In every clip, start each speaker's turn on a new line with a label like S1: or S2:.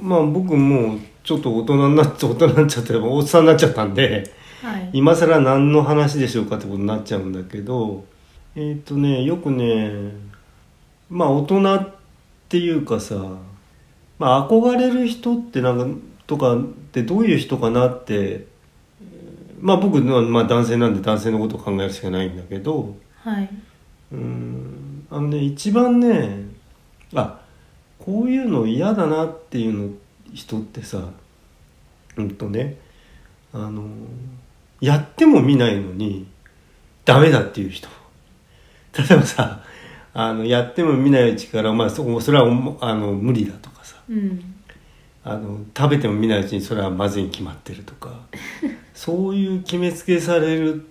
S1: まあ僕もうちょっと大人になって大人になっちゃっておっさんになっちゃったんで
S2: はい
S1: 今更何の話でしょうかってことになっちゃうんだけどえっ、とねよくねまあ大人っていうかさ、まあ、憧れる人ってなんかとかってどういう人かなってえーまあ僕のはまあ男性なんで男性のことを考えるしかないんだけど
S2: はい、
S1: うんあのね一番ねあこういうの嫌だなっていうの人ってさうんとねあのやっても見ないのにダメだっていう人例えばさあのやっても見ないうちから、まあ、そそれはおもあの無理だとかさ
S2: うん、
S1: あの食べても見ないうちにそれはまずいに決まってるとか そういう決めつけされる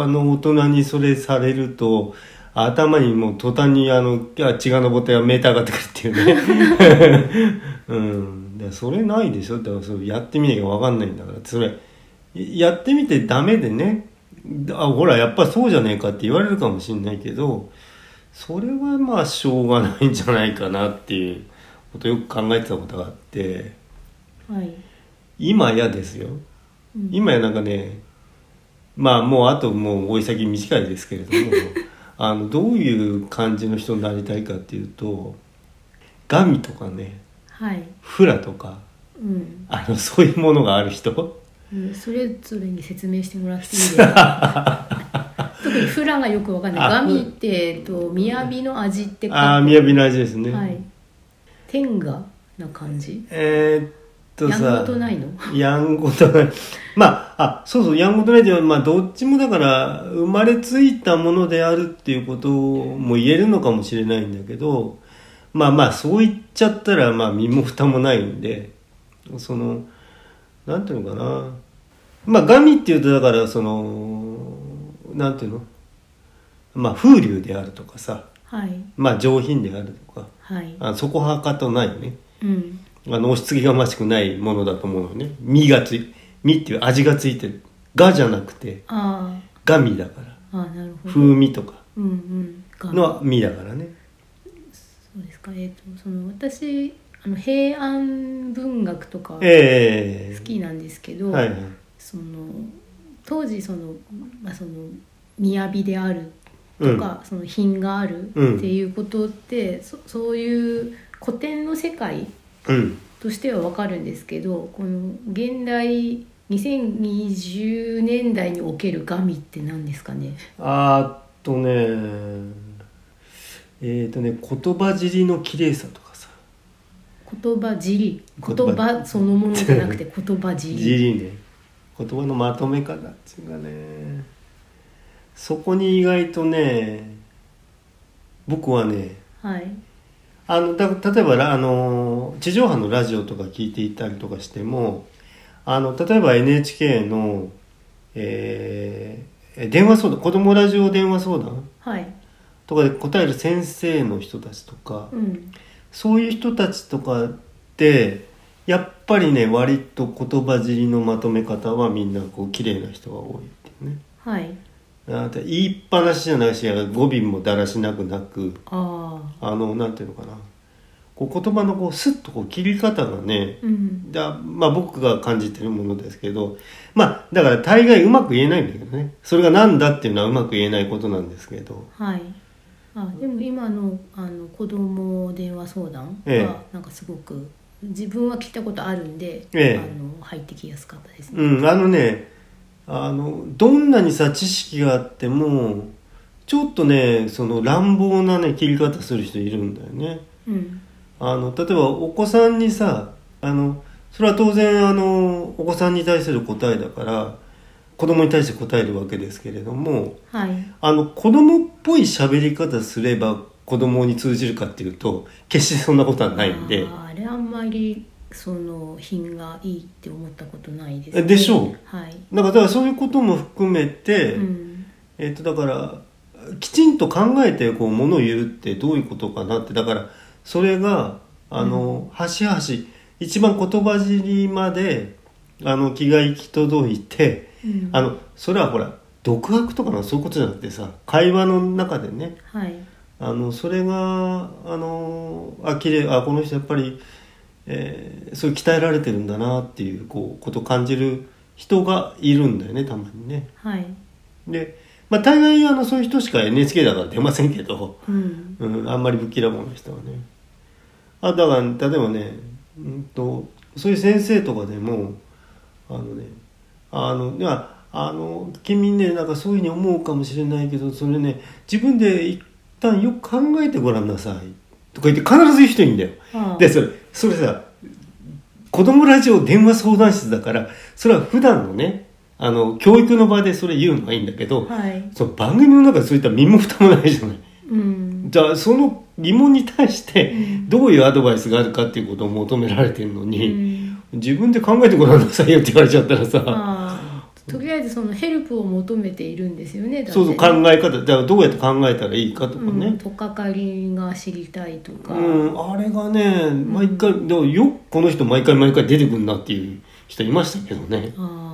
S1: あの大人にそれされると頭にもう途端にあのあ血が上ってメーター上がってくるっていうね、 うん、でそれないでしょだからそうやってみなきゃ分かんないんだからそれやってみてダメでねあほらやっぱそうじゃねえかって言われるかもしんないけどそれはまあしょうがないんじゃないかなっていうことをよく考えてたことがあって
S2: はい、
S1: 今やですよ
S2: うん
S1: 今やなんかねまあもうあともう追い先短いですけれ どもあのどういう感じの人になりたいかっていうとガミとかね
S2: はい、
S1: フラとか
S2: うん、
S1: あのそういうものがある人
S2: うんそれぞれに説明してもらっていいですか 特にフラがよくわかんない
S1: あ
S2: ガミって、えっと、雅の味って
S1: ああ
S2: み
S1: 雅な味ですね、
S2: はい天下な感じ
S1: えーっと
S2: や
S1: さ
S2: んごとないの
S1: やんごとない。 まあ、あ、そうそう、やんごとないっていうのは、まあ、どっちもだから、生まれついたものであるっていうことも言えるのかもしれないんだけど、まあまあ、そう言っちゃったら、まあ、身も蓋もないんで、その、なんていうのかな。まあ、ガミっていうと、だから、その、なんていうのまあ、風流であるとかさ、
S2: はい
S1: まあ、上品であるとか、
S2: はい
S1: あそこはかとないね。
S2: うん
S1: あの押しつけがましくないものだと思うのね身がつい身っていう味がついてるがじゃなくて
S2: あー
S1: が身だから
S2: あーなるほど
S1: 風味とか
S2: うんうんガミ
S1: の身だからね
S2: そうですかえっ、とその私あの平安文学とか好
S1: ええ
S2: きなんですけど、
S1: はいはい
S2: その当時その,、まあ、その雅であるとか、その品があるっていうことって、そそういう古典の世界
S1: うん
S2: としてはわかるんですけどこの現代2020年代におけるガミって何ですかね
S1: あーっとねえっ、とね言葉尻の綺麗さとかさ
S2: 言葉尻
S1: 言
S2: 言
S1: 葉
S2: 葉そのものじゃなくて言葉尻
S1: 尻ね言葉のまとめ方っていうかねそこに意外とね僕はね
S2: はい
S1: あのだ例えばラあの地上波のラジオとか聞いていたりとかしてもあの例えば NHK の、えー電話相談子供ラジオ電話相談
S2: はい
S1: とかで答える先生の人たちとか
S2: うん
S1: そういう人たちとかってやっぱりね割と言葉尻のまとめ方はみんなこう綺麗な人が多いっていうね。
S2: はい
S1: あ言いっぱなしじゃないし語尾もだらしなくなく
S2: あ
S1: あのなんていうのかなこう言葉のこうスッとこう切り方がね
S2: あうん
S1: だまあ僕が感じてるものですけどまあだから大概うまく言えないんだけどねそれが何だっていうのはうまく言えないことなんですけど
S2: はい。あ、でも今のあの子供電話相談
S1: え
S2: はなんかすごく自分は聞いたことあるんで、
S1: ええ
S2: あの入ってきやすかったですね。
S1: うんあのねあのどんなにさ知識があってもちょっとねその乱暴なね切り方する人いるんだよね。
S2: うん。
S1: あの例えばお子さんにさあのそれは当然あのお子さんに対する答えだから子供に対して答えるわけですけれども
S2: はい。
S1: あの子供っぽい喋り方すれば子供に通じるかっていうと決してそんなことはないんで
S2: あーあれあんまりその品がいいって思ったことないです、ね。
S1: でしょう
S2: はい。
S1: だからだからそういうことも含めて、
S2: うん。
S1: えっとだからきちんと考えてこうものを言うってどういうことかなってだからそれがあの、端々一番言葉尻まであの気が行き届いて
S2: うん、
S1: あのそれはほら独白とかのそういうことじゃなくてさ会話の中でね
S2: はい。
S1: あのそれがあのあ綺麗あこの人やっぱりえーそういう鍛えられてるんだなっていうこうことを感じる人がいるんだよねたまにね。
S2: はい
S1: で、まあ、大概あのそういう人しか NHK だから出ませんけど、
S2: うん
S1: うん、あんまりぶっきらぼうな人はね。あだから例えばね、うん、とそういう先生とかでもあのねあのいやあの君ねなんかそういうふうに思うかもしれないけどそれね自分で一旦よく考えてごらんなさいとか言って必ず言う人いるんだよ。
S2: ああ
S1: でそれそれさ子供ラジオ電話相談室だからそれは普段のねあの教育の場でそれ言うのはいいんだけど、
S2: はい
S1: その番組の中でそういった身も蓋もないじゃない。
S2: うん
S1: じゃあその疑問に対して
S2: うん
S1: どういうアドバイスがあるかっていうことを求められてるの
S2: う
S1: に、
S2: ん
S1: 自分で考えてごらんなさいよって言われちゃったらさ、
S2: まあとりあえずそのヘルプを求めているんですよねだって
S1: そうそう考え方じゃあどうやって考えたらいいかとか
S2: う
S1: ね
S2: ん、、とかかりが知りたいと
S1: う
S2: か、
S1: んあれがね毎回でもよくこの人毎回毎回出てくるなっていう人いましたけどね。
S2: あ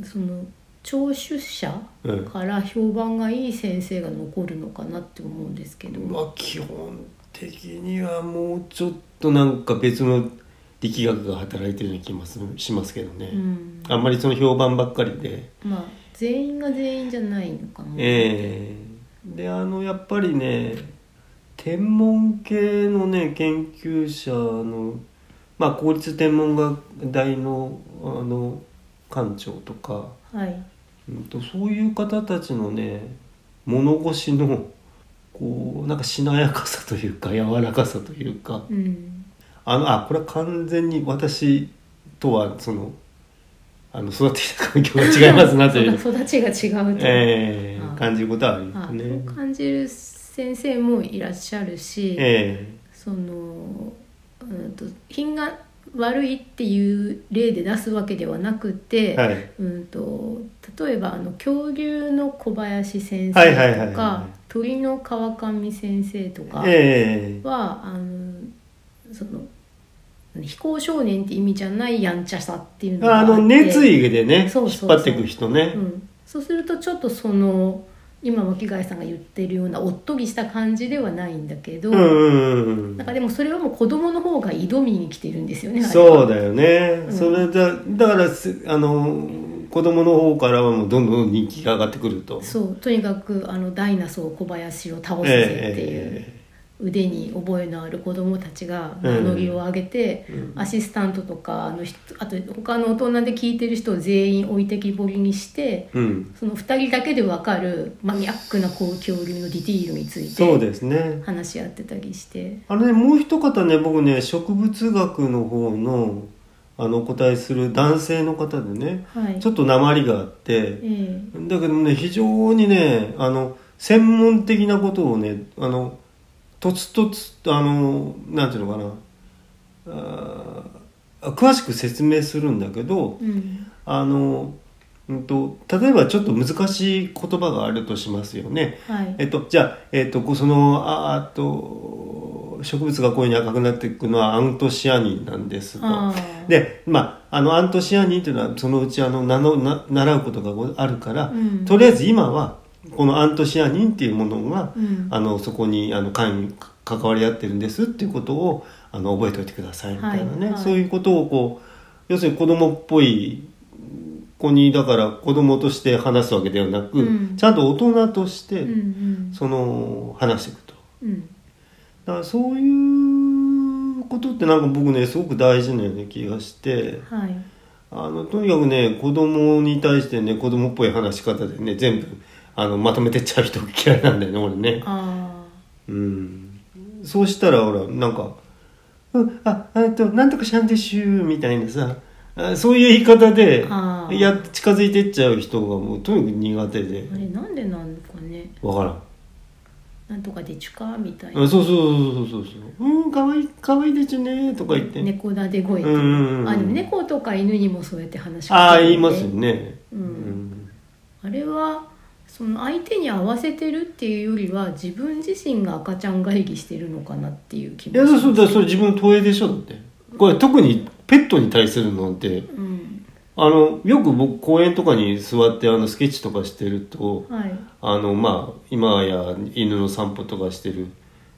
S2: ーその聴取者
S1: うん
S2: から評判がいい先生が残るのかなって思うんですけど、
S1: まあ基本的にはもうちょっとなんか別の力学が働いてるような気もするしますけどね、
S2: うん
S1: あんまりその評判ばっかりで。
S2: まあ全員が全員じゃないのかな、
S1: ええであのやっぱりね天文系のね研究者のまあ公立天文学大のあの館長とか、
S2: はい
S1: うん、とそういう方たちのね物腰のこうなんかしなやかさというか柔らかさというか
S2: うん
S1: あのあこれは完全に私とはそのあの育ってきた環境が違いますなという、
S2: そ育ちが違うと、
S1: ええ
S2: あ
S1: 感じることはありま
S2: あ
S1: すね。
S2: そう感じる先生もいらっしゃるし、
S1: え
S2: その、うん、と品が悪いっていう例で出すわけではなく
S1: え
S2: て、
S1: はい
S2: うん、と例えばあの恐竜の小林先
S1: はいはいはい
S2: 生と
S1: は
S2: か
S1: い
S2: 鳥の川上先生とかは、
S1: ええ
S2: あのその非行少年って意味じゃないやんちゃさっていうの
S1: あ
S2: があって
S1: の熱意でね
S2: そうそうそう
S1: 引っ張っていく人ね、
S2: うん、そうするとちょっとその今巻貝さんが言ってるようなおっとぎした感じではないんだけど、
S1: うんうんうん
S2: なんかでもそれはもう子供の方が挑みに来てるんですよね
S1: そうだよね、
S2: うん
S1: それだだからすあの子供の方からはもうどんどん人気が上がってくると
S2: そうとにかくあのダイナソー小林を倒すぜっていう、
S1: え
S2: 腕に覚えのある子供たちが名乗りを上げて、
S1: うん
S2: アシスタントとかあの人あと他の大人で聞いてる人を全員置いてきぼりにして
S1: えうん
S2: その2人だけで分かるマニアックなこう恐竜のディティールについ
S1: そう
S2: て
S1: ですね
S2: 話し合ってたりして
S1: あれねもう一方ね僕ね植物学の方のあのお答えする男性の方でね
S2: はい
S1: ちょっと鉛があって
S2: ええ
S1: だけどね非常にねあの専門的なことをねあのとつとつあのなんていうのかなあー詳しく説明するんだけど
S2: うん
S1: あの、うん、と例えばちょっと難しい言葉があるとしますよね。
S2: はい
S1: えっと、じゃあ、えっと、こうそのああと植物がこういうふうに赤くなっていくのはアントシアニンなんですと。
S2: あー
S1: で、まあ、あのアントシアニンというのはそのうちあのなのな習うことがごあるから、
S2: うん
S1: とりあえず今はこのアントシアニンっていうものが、
S2: うん
S1: あのそこにあの関与関わり合ってるんですっていうことをあの覚えておいてくださいみたいなね、
S2: はいはい
S1: そういうことをこう要するに子供っぽい子にだから子供として話すわけではなく、
S2: うん
S1: ちゃんと大人とし
S2: う
S1: て
S2: んうん
S1: その話していくと。
S2: うん
S1: だからそういうことってなんか僕ねすごく大事なような気がして
S2: はい
S1: あのとにかくね子供に対してね子供っぽい話し方でね全部あのまとめてっちゃう人嫌いなんだよね俺ね。
S2: あ
S1: うん、そうしたらほらなんか「うん、あえっとなんとかしゃんでしゅー」みたいなさあそういう言い方で
S2: あー
S1: や近づいてっちゃう人がもうとにかく苦手で
S2: ーあれなんでなんのかね
S1: わからん。
S2: なんとかでちゅかみたい
S1: あ
S2: な
S1: そうそうそうそうそううんかわいいかわいいですねとか言って、
S2: 猫だで声と
S1: うんうんうん
S2: かあでも猫とか犬にもそうやって話しかけ
S1: ああ
S2: るんで
S1: 言いますよね、
S2: うんあれはその相手に合わせてるっていうよりは自分自身が赤ちゃん会議してるのかなっていう気
S1: いや
S2: も
S1: そうそううだそれ自分の投影でしょだってこれ特にペットに対するのって
S2: うん
S1: あのよく僕公園とかに座ってあのスケッチとかしてると
S2: はい
S1: あのまあ今や犬の散歩とかしてる、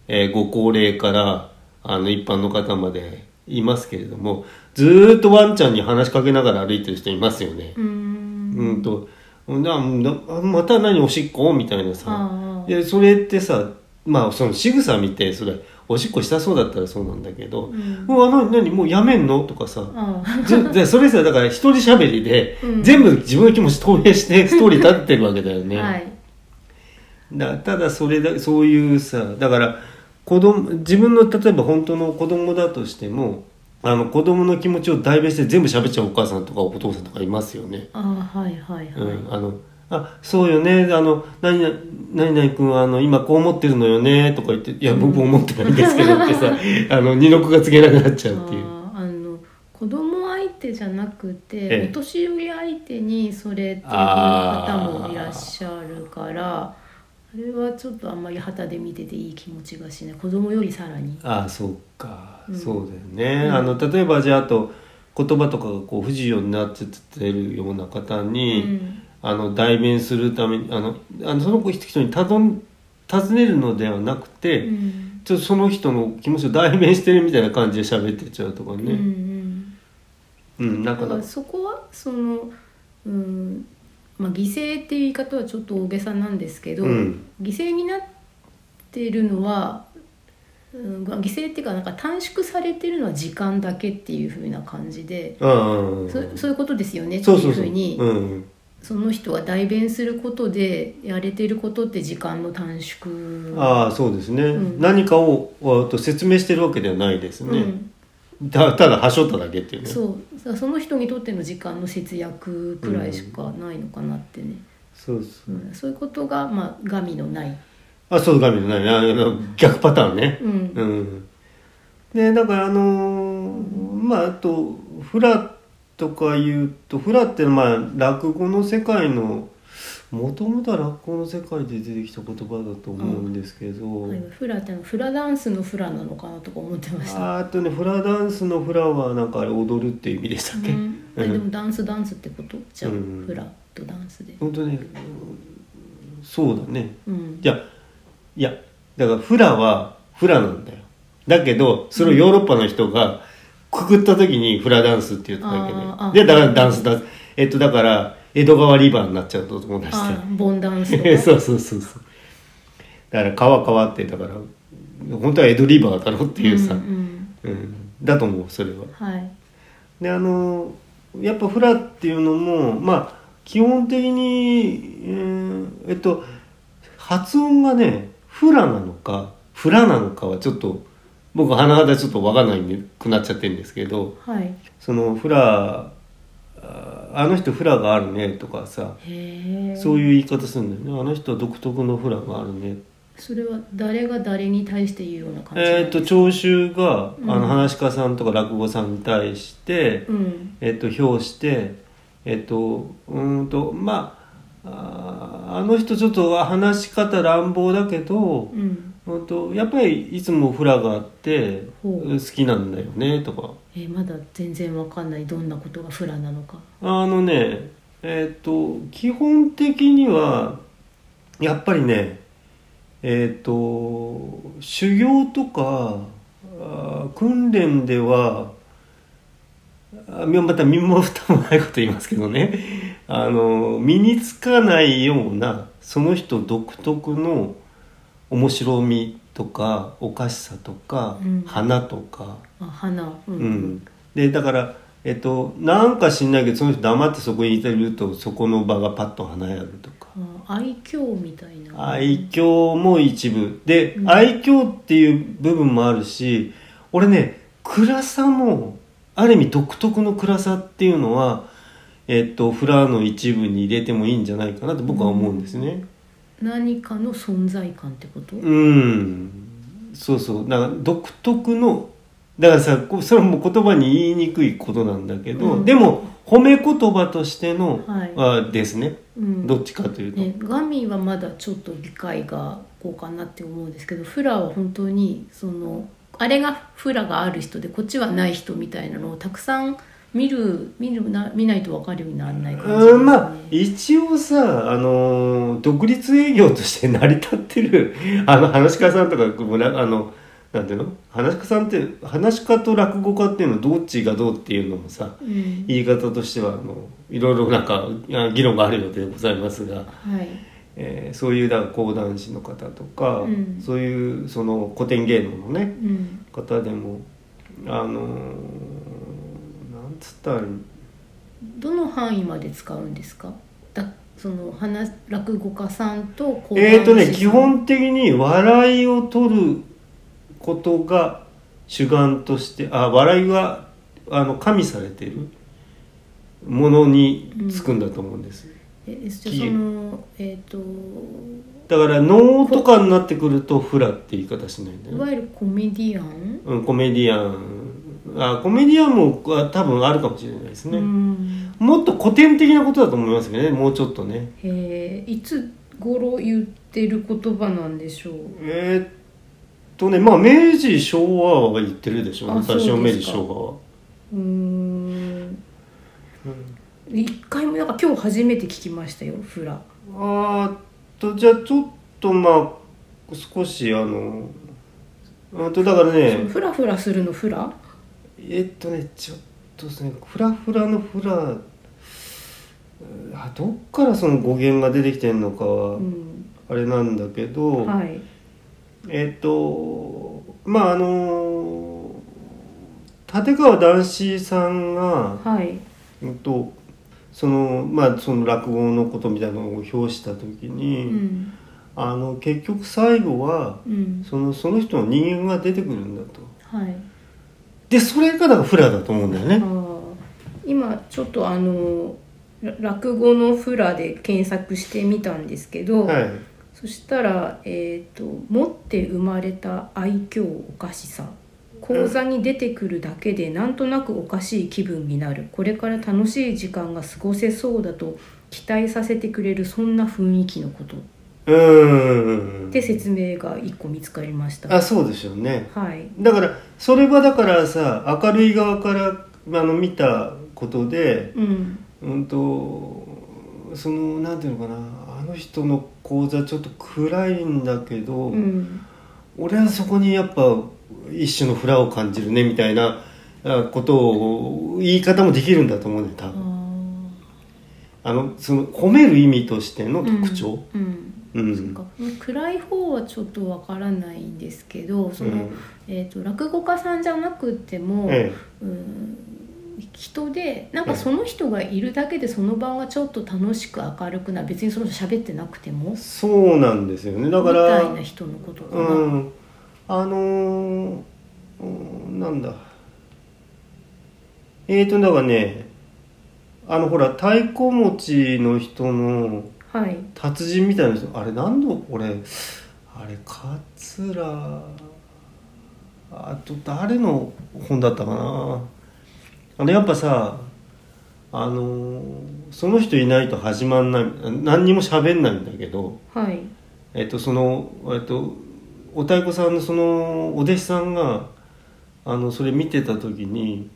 S1: えーご高齢からあの一般の方までいますけれどもずーっとワンちゃんに話しかけながら歩いてる人いますよね。
S2: うーん
S1: うんとななまた何おしっこみたいなさ
S2: ああ
S1: でそれってさまあその仕草見てそれおしっこしたそうだったらそうなんだけど「
S2: うん
S1: もうあの何もうやめんの?」とかさ
S2: あ
S1: ぜでそれさだから一人喋りで、
S2: うん
S1: 全部自分の気持ち投影 してストーリー立ってるわけだよ
S2: あ
S1: ね、
S2: はい
S1: だただそれだそういうさだから子供自分の例えば本当の子供だとしてもあの子供の気持ちを代弁して全部喋っちゃうお母さんとかお父さんとかいますよね。
S2: ああはいはいはい、
S1: うん、あのあそうよねあの何々何々君あの今こう思ってるのよねとか言っていや僕思ってないんですけどって さあの二の句がつけなくなっちゃうっていう。
S2: あーあの子供相手じゃなくて、
S1: ええ
S2: お年寄り相手にそれっていう方もいらっしゃるからあれはちょっとあんまり旗で見てていい気持ちがしない子供よりさらに
S1: ああそうか、
S2: うん
S1: そうだよね、
S2: うん
S1: あの例えばじゃああと言葉とかがこう不自由になっちゃってるような方に、
S2: うん
S1: あの代弁するためにあのあのその人にたどん尋ねるのではなく
S2: う
S1: て、
S2: ん
S1: ちょっとその人の気持ちを代弁してるみたいな感じで喋ってっちゃうとか
S2: うんう
S1: ね、
S2: ん
S1: うんな
S2: だ
S1: か
S2: か
S1: なから
S2: そこはその、うんまあ、犠牲っていう言い方はちょっと大げさなんですけど、
S1: うん
S2: 犠牲になっているのは、うん、まあ犠牲っていうかなんか短縮されてるのは時間だけっていうふうな感じで、
S1: うんうん
S2: そそういうことですよねって
S1: そう
S2: い
S1: そうう
S2: ふ
S1: そう
S2: うに
S1: うん
S2: その人が代弁することでやれてることって時間の短縮
S1: ああそうですね、
S2: うん
S1: 何かをあと説明してるわけではないです
S2: う
S1: ね、
S2: ん、
S1: たただ端折っただけっていうね
S2: そうそその人にとっての時間の節約くらいしかないのかなってね、
S1: そうそう
S2: うんそういうことがまあ神のない、
S1: あそう画面のないあの逆パターンね
S2: うん
S1: うんでだからあのーまああとフラとか言うとフラってのはまあ落語の世界のもともとは落語の世界で出てきた言葉だと思うんですけど、
S2: はいフラってあのフラダンスのフラなのかなとか思ってました。
S1: ああとねフラダンスのフラはなんかあれ踊るっていう意味でしたっけ、
S2: うん、え
S1: うん
S2: でもダンスダンスってことじゃあ、
S1: うん
S2: フラとダンスで、
S1: 本当ねうんそうだね
S2: うん、
S1: いやいやだからフラはフラなんだよだけどそれをヨーロッパの人がくくった時にフラダンスって言っただけで、
S2: あーあ
S1: でだからダンスダンスえっとだから江戸川リバーになっちゃうと友達
S2: あボンダンスと
S1: で
S2: か
S1: そうそうそうそうだから川川ってだから本当は江戸リバーだろっていうさ、
S2: ん
S1: うん
S2: ん
S1: だと思うそれは
S2: はい
S1: であのやっぱフラっていうのもまあ基本的に、えーえっと発音がねフラなのかフラなのかはちょっと僕鼻肌ちょっと分かんないくなっちゃってるんですけど
S2: はい
S1: そのフラああの人フラがあるねとかさ
S2: へえ
S1: そういう言い方するんだよねあの人は独特のフラがあるね
S2: それは誰が誰に対して言うような感じ
S1: えーっと聴衆が、
S2: うん
S1: あの話し家さんとか落語さんに対して、
S2: うん
S1: えっと、評して、えっと、うーんとまああーあの人ちょっと話し方乱暴だけど
S2: う、ん
S1: うん、とやっぱりいつもフラがあって
S2: ほう
S1: 好きなんだよねとか
S2: えーまだ全然わかんないどんなことがフラなのか
S1: あのねえっと基本的にはやっぱりねえっと修行とかあー訓練ではあみまた身も蓋もないこと言いますけどねあの身につかないようなその人独特の面白みとかおかしさとか、
S2: うん
S1: 花とか。
S2: あ花
S1: う
S2: う
S1: ん、でだから、えっと、なんか知んないけどその人黙ってそこにいてるとそこの場がパッと華やぐとか
S2: あ愛嬌みたいな
S1: 愛嬌も一部で、
S2: うん
S1: 愛嬌っていう部分もあるし俺ね暗さもある意味独特の暗さっていうのは、えっと、フラーの一部に入れてもいいんじゃないかなと僕は思うんですね。
S2: 何かの存在感ってこと、
S1: うんそうそうだから独特のだからさこそれはもう言葉に言いにくいことなんだけど、
S2: うん
S1: でも褒め言葉としての、
S2: はい
S1: あですね
S2: うん
S1: どっちかというと、
S2: ね、ガミはまだちょっと理解がこうかなって思うんですけどフラは本当にそのあれがフラがある人でこっちはない人みたいなのをたくさん見る見るな見ないと分かるようにならない感じですね
S1: うんまあ一応さ、あ のー独立営業として成り立ってるあの話し家さんとかもらあのなんていうの話し家さんって話し家と落語家っていうのどっちがどうっていうのもさ
S2: うん
S1: 言い方としてはあのいろいろなんかあ議論があるようでございますが、
S2: はい
S1: えーそういうだから講談師の方とか、
S2: うん
S1: そういうその古典芸能のね、
S2: うん
S1: 方でもあのーなんつったらいい
S2: どの範囲まで使うんですかだその話落語家さんと講
S1: えーと
S2: 師さ
S1: ね
S2: ん
S1: 基本的に笑いを取ることが主眼としてあ笑いはあの加味されているものにつくんだと思うんです、
S2: えそそのえっ、と
S1: だから能とかになってくるとフラって言い方しないんだ
S2: い
S1: よね、
S2: わゆるコメディアン、
S1: うん、コメディアンあコメディアンもあ多分あるかもしれないですね、
S2: うん
S1: もっと古典的なことだと思いますけどねもうちょっとね、
S2: えーいつ頃言ってる言葉なんでしょう
S1: えーっとねまあ明治昭和は言ってるでしょうね
S2: あそ
S1: 最
S2: うです
S1: 初
S2: か
S1: 明治昭和は、
S2: うーん一回もなんか今日初めて聞きましたよフラ
S1: あーっとじゃあちょっとまあ少しあのあとだから
S2: その
S1: ね
S2: フラフラするのフラ
S1: えーっとねちょっとですねフラフラのフラうんあどっからその語源が出てきてるのか
S2: う
S1: は
S2: ん
S1: あれなんだけど、
S2: はい
S1: えっとまああの立川談志さんが
S2: はい
S1: うんとそのまあその落語のことみたいなのを表した時に、
S2: うん
S1: あの結局最後は
S2: うん
S1: そのその人の人間が出てくるんだと
S2: はい
S1: でそれがだからフラだと思うんだよ
S2: あ
S1: ね、
S2: ー今ちょっとあのら落語のフラで検索してみたんですけど、
S1: はい、
S2: そしたら、えーと「持って生まれた愛嬌おかしさ」「講座に出てくるだけでなんとなくおかしい気分になる」「これから楽しい時間が過ごせそうだと期待させてくれるそんな雰囲気のこと」
S1: うーん
S2: で説明が1個見つかりました。
S1: あそうでしょうね
S2: はい、
S1: だからそれはだからさ明るい側からあの見たことで
S2: うん
S1: うんとそのなんていうのかなあの人の講座ちょっと暗いんだけど、
S2: うん
S1: 俺はそこにやっぱ一種のフラを感じるねみたいなあことを言い方もできるんだと思うね多
S2: あ
S1: 分あのその褒める意味としての
S2: ー
S1: 特徴、
S2: うんうん
S1: うん
S2: そっか暗い方はちょっとわからないんですけどその、
S1: うん
S2: えー、と落語家さんじゃなくても、
S1: え
S2: うん人でなんかその人がいるだけでその場がちょっと楽しく明るくなる別にその人喋ってなくても
S1: え、そうなんですよねだか
S2: み
S1: ら
S2: たいな人のことかな、
S1: うんあのーうんなんだえーとだからねあのほら太鼓持ちの人の
S2: はい
S1: 達人みたいな人あれ何度俺あれ桂あと誰の本だったかなあれやっぱさあのその人いないと始まんない何にも喋んないんだけど
S2: はい
S1: えっとそのえっとお太鼓さんのそのお弟子さんがあのそれ見てた時に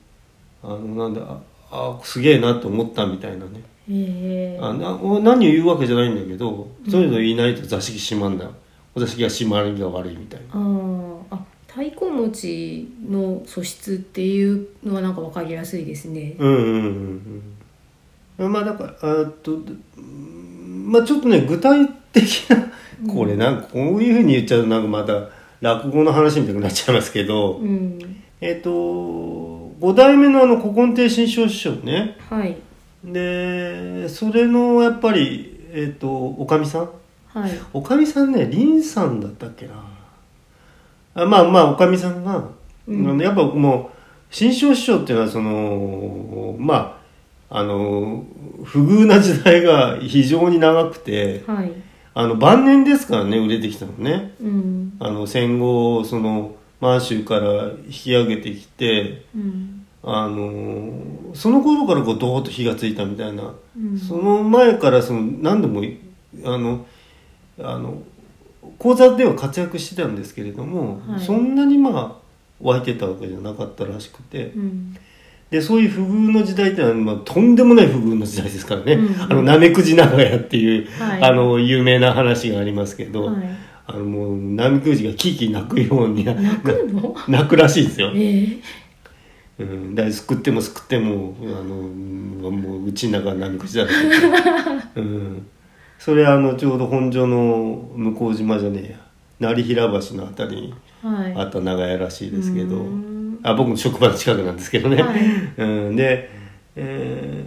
S1: あのなんだああすげえなと思ったみたいなね
S2: えー
S1: あなお何を言うわけじゃないんだけどそういうの言いないと座敷閉まんない、お座敷が閉まりが悪いみたいな
S2: あーあ太鼓持ちの素質っていうのはなんかわかりやすいですね、
S1: うんうんうんうんまあだからあっとうんまあちょっとね具体的なこれなんかこういうふうに言っちゃうとなんかまた落語の話みたいになっちゃいますけど、
S2: うん
S1: えっ、と5代目のあの古今亭新章師匠ね
S2: はい
S1: でそれのやっぱりえっ、とおかみさん
S2: はい
S1: おかみさんね凛さんだったっけなあまあまあおかみさんが、
S2: うん
S1: あのやっぱもう新庄師匠っていうのはそのまああの不遇な時代が非常に長くて
S2: はい
S1: あの晩年ですからね売れてきたのね
S2: うん
S1: あの戦後その満州から引き上げてきて
S2: うん
S1: あのその頃からこうドーッと火がついたみたいな
S2: うん
S1: その前からその何度もあのあの講座では活躍してたんですけれども、
S2: はい
S1: そんなにまあ湧いてたわけじゃなかったらしくて
S2: うん
S1: でそういう不遇の時代ってのは、まあ、とんでもない不遇の時代ですからね、
S2: うん
S1: あのなめくじ長屋っていう、
S2: はい
S1: あの有名な話がありますけど、
S2: はい
S1: あのもう並木氏がキーキー泣くようにな
S2: 泣く の
S1: 泣くらしいですよ、
S2: ええ
S1: うん、だからすくってもすくってもあのもううちの中は並木氏だら け、うん、それあのちょうど本所の向島じゃねえや成平橋のあたりに
S2: はい
S1: あった長屋らしいですけど、
S2: うん
S1: あ僕の職場の近くなんですけどね、
S2: はい
S1: うん、で、え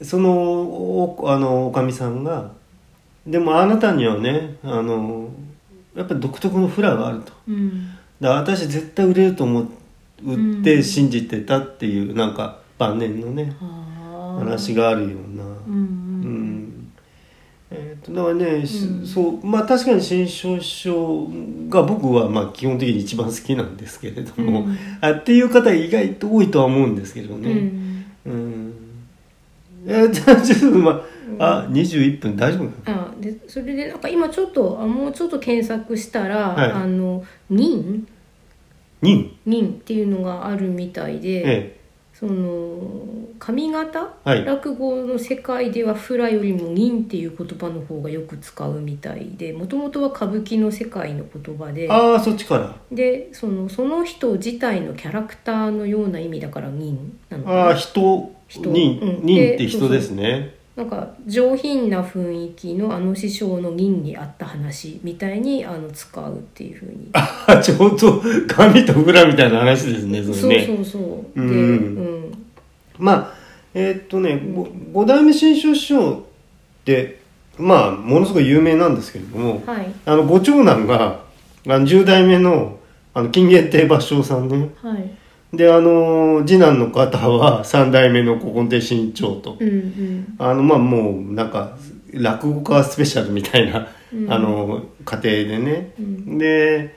S1: ーそのおあのおかみさんが「でもあなたにはねあのやっぱり独特のフラがあると」
S2: うん
S1: だから私絶対売れると思うって
S2: うん
S1: 信じてたっていう、なんか晩年のね
S2: あー
S1: 話があるような。
S2: うん
S1: う
S2: うん
S1: んえー、とだからね、し
S2: うん
S1: そうまあ確かに新章師匠が僕はまあ基本的に一番好きなんですけれども、
S2: うん
S1: あっていう方意外と多いとは思うんですけど
S2: う
S1: ね
S2: ん
S1: うん、えーじ ゃあちょっとまああ21分大丈夫か
S2: あでそれでなんか今ちょっとあもうちょっと検索したら、
S1: はい
S2: あの忍
S1: 人
S2: 忍っていうのがあるみたいで、
S1: え
S2: その上方、
S1: はい
S2: 落語の世界では「フラ」よりも「忍」っていう言葉の方がよく使うみたいでもともとは歌舞伎の世界の言葉
S1: え
S2: で
S1: ああそっちから
S2: でそのその人自体のキャラクターのような意味だから「忍」なのか
S1: あ
S2: な
S1: あ人
S2: 人
S1: 人、
S2: うん
S1: 人
S2: で
S1: って人ですね
S2: なんか上品な雰囲気のあの師匠の銀にあった話みたいにあの使うっていうふうに
S1: あ ちょうど紙と裏みたいな話ですねそれね
S2: そうそうそうで
S1: うん
S2: うん
S1: まあえーっとねご五代目新書師匠ってまあものすごい有名なんですけれども、
S2: はい
S1: あのご長男があの10代目のあの金元亭芭蕉さんね
S2: はい
S1: であの次男の方は3代目の古今亭新潮と、
S2: うんうん
S1: あのまあもうなんか落語家スペシャルみたいな、
S2: うん
S1: あの家庭でね、
S2: うん
S1: で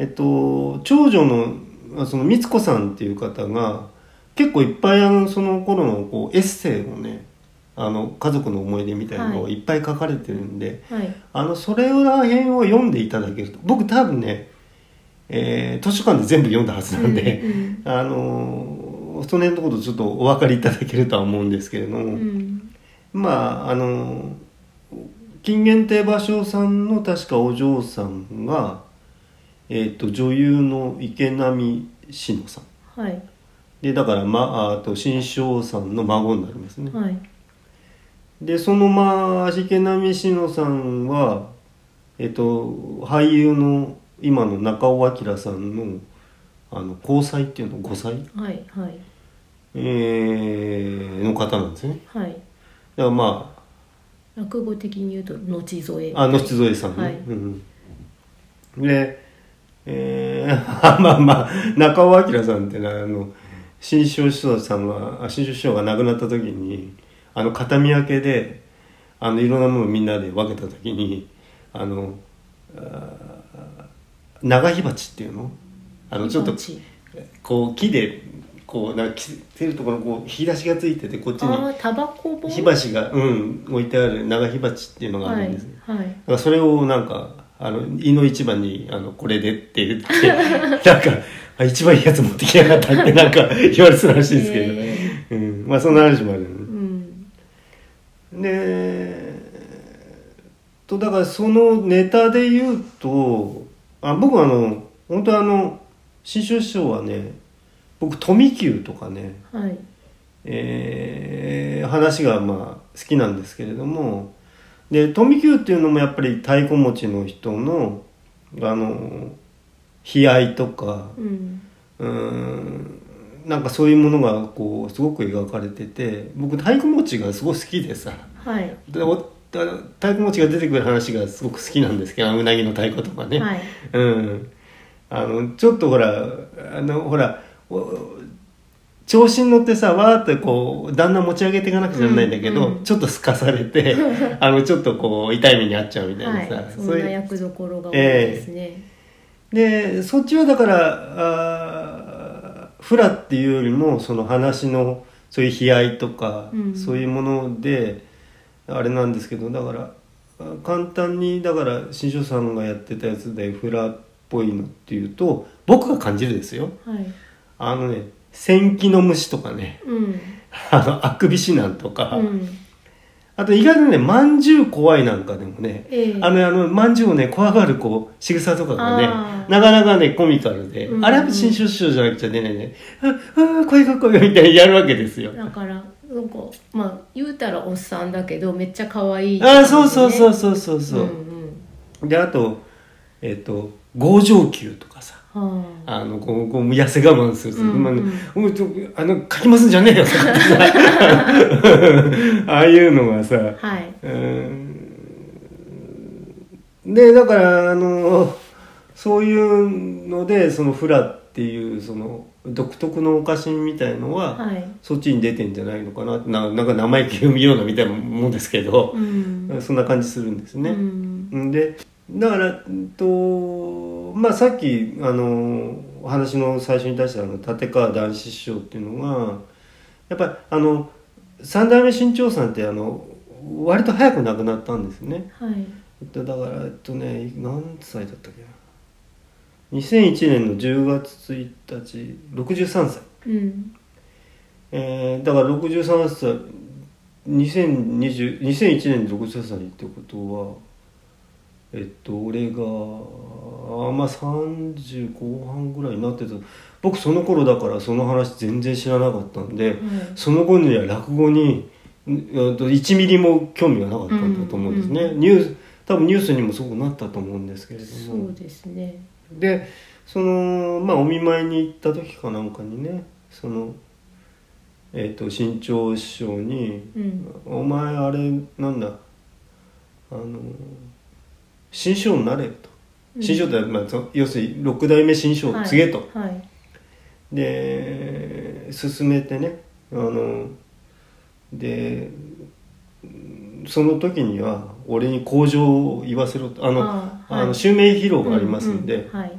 S1: えっと長女のその光子さんっていう方が結構いっぱいあのその頃のこうエッセイをねあの家族の思い出みたいなのを
S2: は
S1: い
S2: い
S1: っぱい書かれてるんで、
S2: はい
S1: あのそれら辺を読んでいただけると僕多分ね、えー図書館で全部読んだはずなんで、
S2: うんうん
S1: あのーその辺のことちょっとお分かりいただけるとは思うんですけれども、
S2: うん
S1: まああの金元亭芭蕉さんの確かお嬢さんが、えっと女優の池波志乃さん
S2: はい
S1: でだから、ま、あと新章さんの孫になりますね、
S2: はい
S1: でそのまあ池波志乃さんはえっ、と俳優の今の中尾明さんのあの交際っていうの5歳、
S2: はいはい
S1: えーの方なんですね
S2: はい
S1: だからまあ
S2: 落語的に言うと後添え
S1: あの七添さんね、
S2: はい
S1: うんうん、で、えー、 まあまあ中尾明さんってのはあの新潮師匠さんはあ新潮師匠が亡くなった時にあの形見分けであのいろんなものをみんなで分けた時にあのあー長火鉢っていうのあのちょっと
S2: 火鉢
S1: こう木でこうなんか着てるところこう引き出しがついててこっち
S2: あ
S1: に
S2: あタバコ本
S1: 火鉢が、うん、置いてある長火鉢っていうのがあ
S2: は
S1: るん
S2: い
S1: です、
S2: はい
S1: だからそれをなんかあの胃の一番にあの「これで」って言ってなんかあ一番いいやつ持ってきやがったってなんか言われてたらしいんですけど、
S2: へ
S1: うん、まあそんな話もあるよね
S2: うん
S1: でとだからそのネタで言うとあ僕あの本当あの新潮師匠はね僕富久とかね
S2: はい
S1: えー話がまあ好きなんですけれどもで富久っていうのもやっぱり太鼓持ちの人のあの悲哀とか
S2: うん
S1: うーんなんかそういうものがこうすごく描かれてて僕太鼓持ちがすごい好きでさ
S2: はい
S1: でお太鼓持ちが出てくる話がすごく好きなんですけどうなぎの太鼓とかね。
S2: はい
S1: うん、あのちょっとほらあのほらお調子に乗ってさわーってこうだんだん持ち上げていかなくちゃならないんだけど、
S2: うんうん
S1: ちょっとすかされ てあのちょっとこう痛い目に遭っちゃうみたいなさ、
S2: はい、そん
S1: そう
S2: な
S1: いう
S2: 役どころが多いですね。
S1: でそっちはだからあーフラっていうよりもその話のそういう悲哀とか、
S2: うん
S1: そういうものであれなんですけどだからあ簡単にだから新庄さんがやってたやつでフラっぽいのっていうと僕が感じるですよ
S2: はい、
S1: あのね「戦記の虫」とかね
S2: うん、
S1: あの「あくび指南」とか、
S2: うん、
S1: あと意外とねまんじゅう怖いなんかでもね
S2: ええ
S1: あのあのまんじゅうをね怖がるこう仕草とかがね
S2: あー
S1: なかなかねコミカルで、
S2: うん
S1: あれは新書師匠じゃなくちゃ出ないね「ああ怖い怖い怖い」みたいにやるわけですよ。
S2: だからなんかまあ言うたらおっさんだけどめっちゃ可愛い、
S1: ああそうそうそうそうそうそう。
S2: ん
S1: であとえっ、と強上級とかさ
S2: うんはあ
S1: あのこうこう痩せ我慢する、
S2: うんうん
S1: まあおいちょあの書きますんじゃねえよとかってさ ああいうのがさ
S2: はい、
S1: うーんでだからあのそういうのでそのフラっていうその独特のお菓子みたいのは、
S2: はい
S1: そっちに出てんじゃないのかなななんか生意気を見ようなみたいなもんですけど
S2: う、ん
S1: そんな感じするんですね。
S2: うん
S1: でだから、うんとまあ、さっきあのお話の最初に出したあの立川談志師匠っていうのがやっぱりあの三代目新潮さんってあの割と早く亡くなったんですね。
S2: はい
S1: えっとだからえっとね何歳だったっけな2001年の10月1日63歳、
S2: うん
S1: えーだから63歳2020 2001年で63歳ってことはえっと俺があまあ30後半ぐらいになってた僕その頃だからその話全然知らなかったんで、
S2: はい
S1: その後には落語にうんと1ミリも興味がなかったんだと思うんですね、
S2: うんうん
S1: ニュース多分ニュースにもすごくなったと思うんですけれど
S2: そ
S1: も
S2: うですね
S1: でそのまあお見舞いに行った時かなんかにねそのえっ、と新潮師匠に
S2: うん
S1: 「お前あれなんだあの新師匠になれよ」と「新師匠って、まあ、そ要するに六代目新師匠を継げ」と。
S2: はい、はい
S1: で進めてねあのでうんその時には俺に工場を言わせろとあの
S2: あ
S1: あ、
S2: はい
S1: の襲名披露がありますんで、
S2: ううはい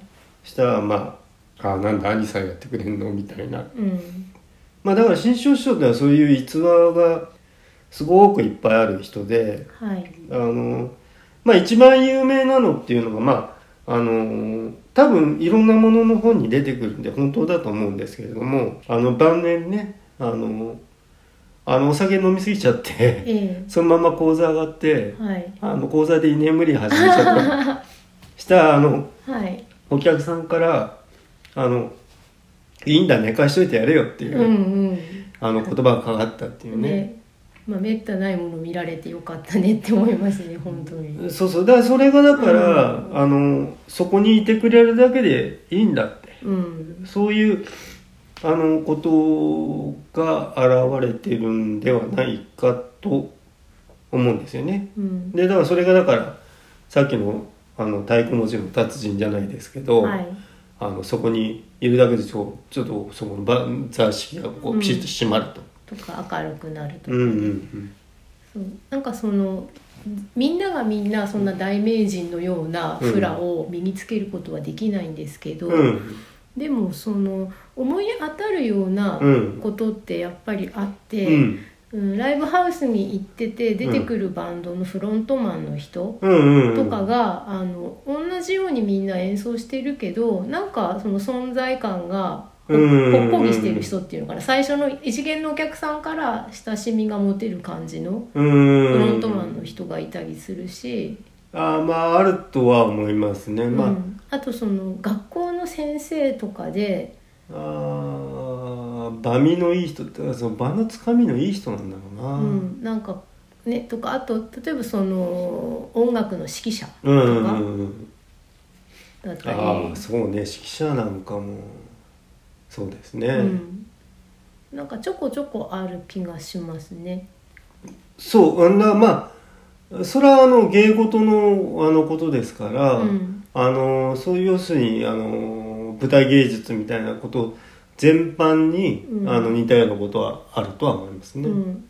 S1: したらまあ「あなんだ兄さんやってくれんの?」みたいな
S2: うん
S1: まあだから新潮師匠ってのはそういう逸話がすごくいっぱいある人で
S2: はい
S1: あのまあ一番有名なのっていうのがまああの多分いろんなものの本に出てくるんで本当だと思うんですけれどもあの晩年ねあのあのお酒飲みすぎちゃって
S2: え
S1: そのまま講座上がって
S2: えはい
S1: あの講座で居眠り始めちゃったしたらあの
S2: はい
S1: お客さんから「あのいいんだ寝かしといてやれよ」っていう、
S2: うんうん
S1: あの言葉がかかったっていうね
S2: ねまあめったないもの見られてよかったねって思いますね本当に
S1: そうそうだからそれがだから、あのそこにいてくれるだけでいいんだって
S2: うん
S1: そういうあのことが現れてるんではないかと思うんですよね。
S2: うん
S1: でだからそれがだからさっきのあの太鼓持ちの達人じゃないですけど、
S2: はい
S1: あのそこにいるだけでちょちょっとそこのば座敷がこうピシッと閉まると。
S2: とか明るくなる
S1: う
S2: とか、
S1: んうん
S2: そうなんかそのみんながみんなそんな大名人のようなフラを身につけることはできないんですけど、
S1: うんうん
S2: でもその思い当たるような
S1: うん
S2: ことってやっぱりあっ
S1: う
S2: て、
S1: ん
S2: うんライブハウスに行ってて出てくるバンドのフロントマンの人
S1: うんうん
S2: とかが、あの同じようにみんな演奏してるけどなんかその存在感がほ
S1: うん
S2: ほっこりしてる人っていうのかな最初の一元のお客さんから親しみが持てる感じの
S1: うんうん
S2: フロントマンの人がいたりするし、
S1: あーまああるとは思いますね、
S2: うん
S1: まあ
S2: あとその学校の先生とかで
S1: あー場味のいい人ってその場のつかみのいい人なんだろうな、
S2: うん、なんかねとかあと例えばその音楽の指揮者と
S1: うんうん
S2: か
S1: うんうん
S2: だったり、
S1: ああそうね指揮者なんかもそうですね、
S2: うん、なんかちょこちょこある気がしますね。
S1: そうあんなまあそれはあの芸事のあのことですから、
S2: うん
S1: あのそういう要するにあの舞台芸術みたいなこと全般に、
S2: うん
S1: あの似たようなことはあるとは思いますね。
S2: うん、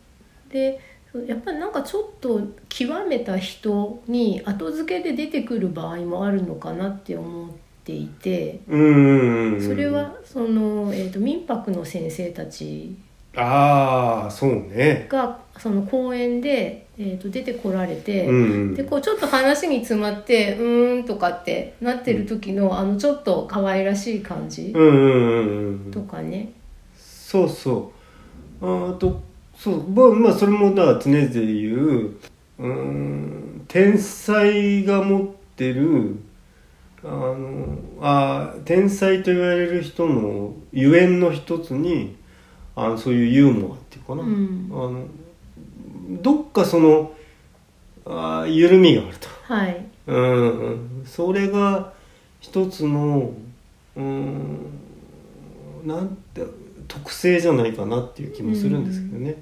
S2: でやっぱりなんかちょっと極めた人に後付けで出てくる場合もあるのかなって思っていて。
S1: うんうんうん
S2: それはその、えー、と民泊の先生たち
S1: ああそうね。
S2: がその講演で、えー、と出てこられて、
S1: うん
S2: でこうちょっと話に詰まって「うーん」とかってなってる時の、あのちょっと可愛らしい感じ
S1: うんうんうんう
S2: と
S1: ん
S2: かね。
S1: そうそうあーとそうまあまあそれもだから常々言ううーん天才が持ってるあのあ天才と言われる人のゆえんの一つにあのそういうユーモアっていうかな、
S2: うん
S1: あのどっかそのあ緩みがあると。
S2: はい
S1: うん、それが一つの、うん、なんて特性じゃないかなっていう気もするんですけどね。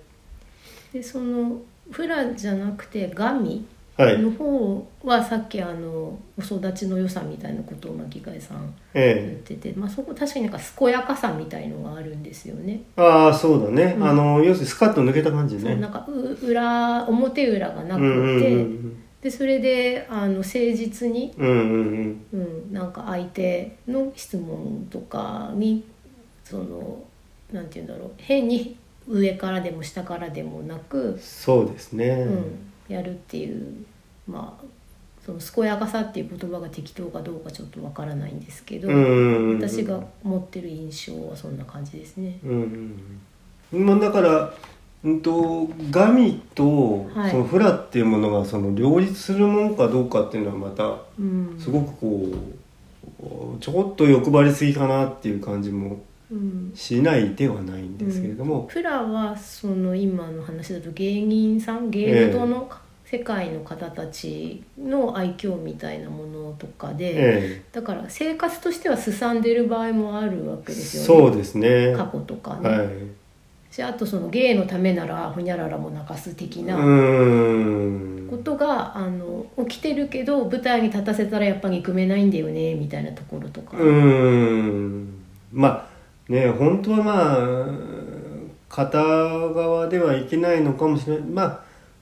S2: でそのフラじゃなくてガミ
S1: はい、
S2: の方はさっきあのお育ちの良さみたいなことを巻貝さん言っ
S1: ええ、
S2: てて、まあ、そこ確かになんか健やかさみたいのがあるんですよね。
S1: ああそうだね、
S2: うん
S1: あの要するにスカッと抜けた感じ
S2: そう
S1: ね。
S2: なんかう裏表裏がな
S1: う
S2: く
S1: んう
S2: て、
S1: んうん
S2: でそれであの誠実に、
S1: うんうん
S2: うん、なんか相手の質問とかにそのなんて言うんだろう変に上からでも下からでもなく、
S1: そうですね。
S2: うん、やるっていうまあその健やかさっていう言葉が適当かどうかちょっとわからないんですけど、
S1: うんうんうん
S2: 私が持ってる印象はそんな感じですね。
S1: うんうんまあ、だから、うん、とガミと
S2: はい
S1: そのフラっていうものがその両立するものかどうかっていうのはまた
S2: うん、
S1: すごくこうちょこっと欲張りすぎかなっていう感じも
S2: うん
S1: しないではないんですけれども、
S2: プラはその今の話だと芸人さん芸事の世界の方たちの愛嬌みたいなものとかで、
S1: え
S2: だから生活としてはすさんでる場合もあるわけ
S1: え
S2: ですよね
S1: そうですね
S2: 過去とかね、
S1: はい
S2: しあとその芸のためならほにゃららも泣かす的
S1: う
S2: な
S1: ーん
S2: ことが、あの起きてるけど舞台に立たせたらやっぱ憎めないんだよねみたいなところとか、
S1: うーんまあね本当はまあ片側ではいけないのかもしれないまあ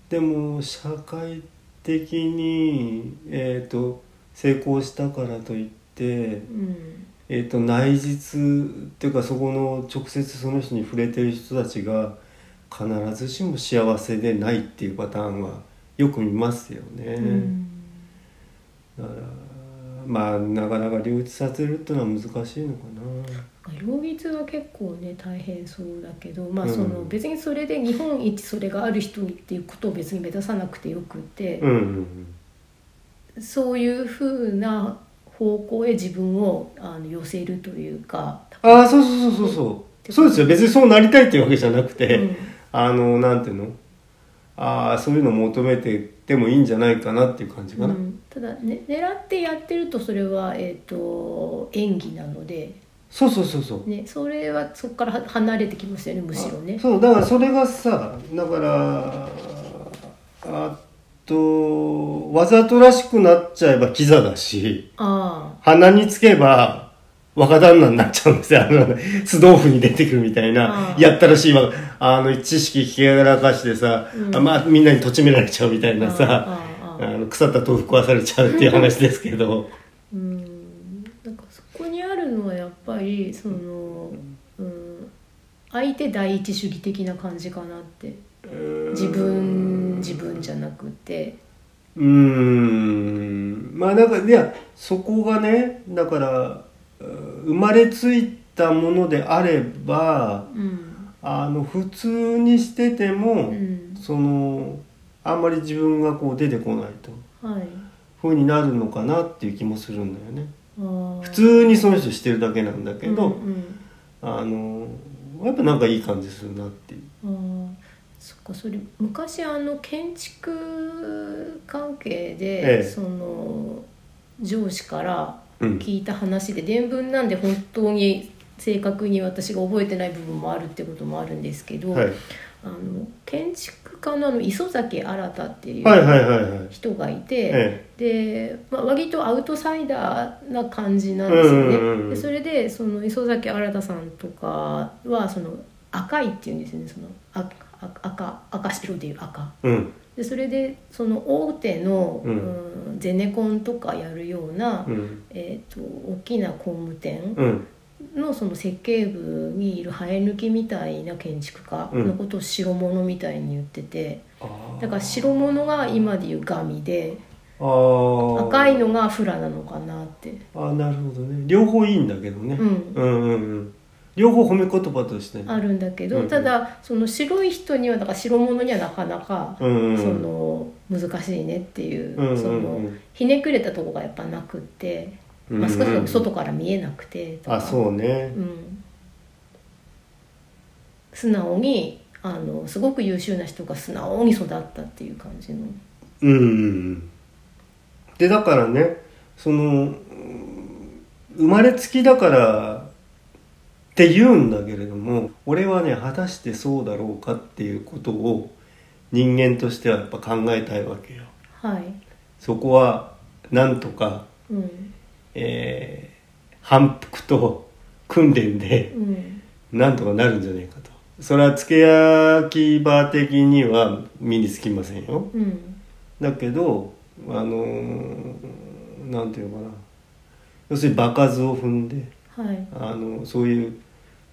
S1: でも社会的に、えー、と成功したからといって
S2: うん
S1: えー、と内実っていうかそこの直接その人に触れてる人たちが必ずしも幸せでないっていうパターンはよく見ますよね、
S2: うん
S1: だからまあなかなか両立させるっていうのは難しいのかな
S2: 両立は結構ね大変そうだけど、まあ
S1: うん
S2: その別にそれで日本一それがある人っていうことを別に目指さなくてよくて、
S1: うんうん
S2: そういうふうな方向へ自分をあの寄せるというか、
S1: うんああそうそうそうそうそうそうですよ別にそうなりたいっていうわけじゃなくて、
S2: うん
S1: あのなんていうのああそういうの求めててもいいんじゃないかなっていう感じかな、
S2: うんただ、ね、狙ってやってるとそれは、えー、と演技なので、
S1: そうそうそうそう
S2: ね、それはそこからは離れてきますよねむしろね。
S1: そうだからそれがさだからあとわざとらしくなっちゃえばキザだし
S2: あ
S1: 鼻につけば若旦那になっちゃうんですよあの素豆腐に出てくるみたいな
S2: あー
S1: やったらしいわあの知識ひけらかしてさ、
S2: うん
S1: あまあ、みんなにとちめられちゃうみたいな
S2: あ
S1: さ
S2: ーあ
S1: あ
S2: ーあー
S1: の腐った豆腐壊されちゃうっていう話ですけ ど
S2: うんなんかそこにあるのはやっぱりその、うん、相手第一主義的な感じかなって自分自分じゃなくて
S1: うーんまあなんかいやそこがねだからうー生まれついたものであれば
S2: うん
S1: あの普通にしてても、
S2: うん
S1: そのあんまり自分がこう出てこないと
S2: はい
S1: ふうになるのかなっていう気もするんだよね。
S2: あー
S1: 普通にその人してるだけなんだけど、
S2: うん
S1: あのやっぱなんかいい感じするなっていう。
S2: うんあーそっかそれ昔あの建築関
S1: え
S2: 係で、
S1: え
S2: その上司から
S1: うん
S2: 聞いた話で伝聞なんで本当に正確に私が覚えてない部分もあるってこともあるんですけど、
S1: はい、
S2: あの建築家のあの磯崎新ってい
S1: はいはいうはいはい。
S2: 人がいて、
S1: え
S2: で、まあ、割とアウトサイダーな感じなんですよね。
S1: うんうんうん
S2: でそれでその磯崎新さんとかはその赤いっていうんですよねその赤赤赤白でいう赤。
S1: うん
S2: でそれでその大手の、
S1: う
S2: うんんゼネコンとかやるような、
S1: うん
S2: えー、と大きな工務店、
S1: うん
S2: のその設計部にいる生え抜きみたいな建築家のことを白物みたいに言ってて、
S1: あー
S2: だから白物が今でいうガミで
S1: あー
S2: 赤いのがフラなのかなって
S1: あーなるほどね両方いいんだけどね、
S2: うん
S1: うんうんうん両方褒め言葉としてね
S2: あるんだけど、
S1: うんうん
S2: ただその白い人にはだから白物にはなかなか、
S1: うんうん
S2: その難しいねっていう、
S1: うんうんうん
S2: そのひねくれたとこがやっぱなくって、まあ、
S1: うんう
S2: 少
S1: ん
S2: なくとも外から見えなくてとか、
S1: あそうね
S2: うん、素直にあのすごく優秀な人が素直に育ったっていう感じの。
S1: うんうんうんでだからねそのうん生まれつきだからって言うんだけれども俺はね果たしてそうだろうかっていうことを人間としてはやっぱ考えたいわけよ
S2: はい
S1: そこはなんとか、
S2: うん
S1: えー反復と訓練で
S2: うん
S1: なんとかなるんじゃないかとそれは付け焼き場的には身につきませんよ
S2: うん
S1: だけどあのーなんていうのかな要するに場数を踏んで
S2: はい
S1: あのそういう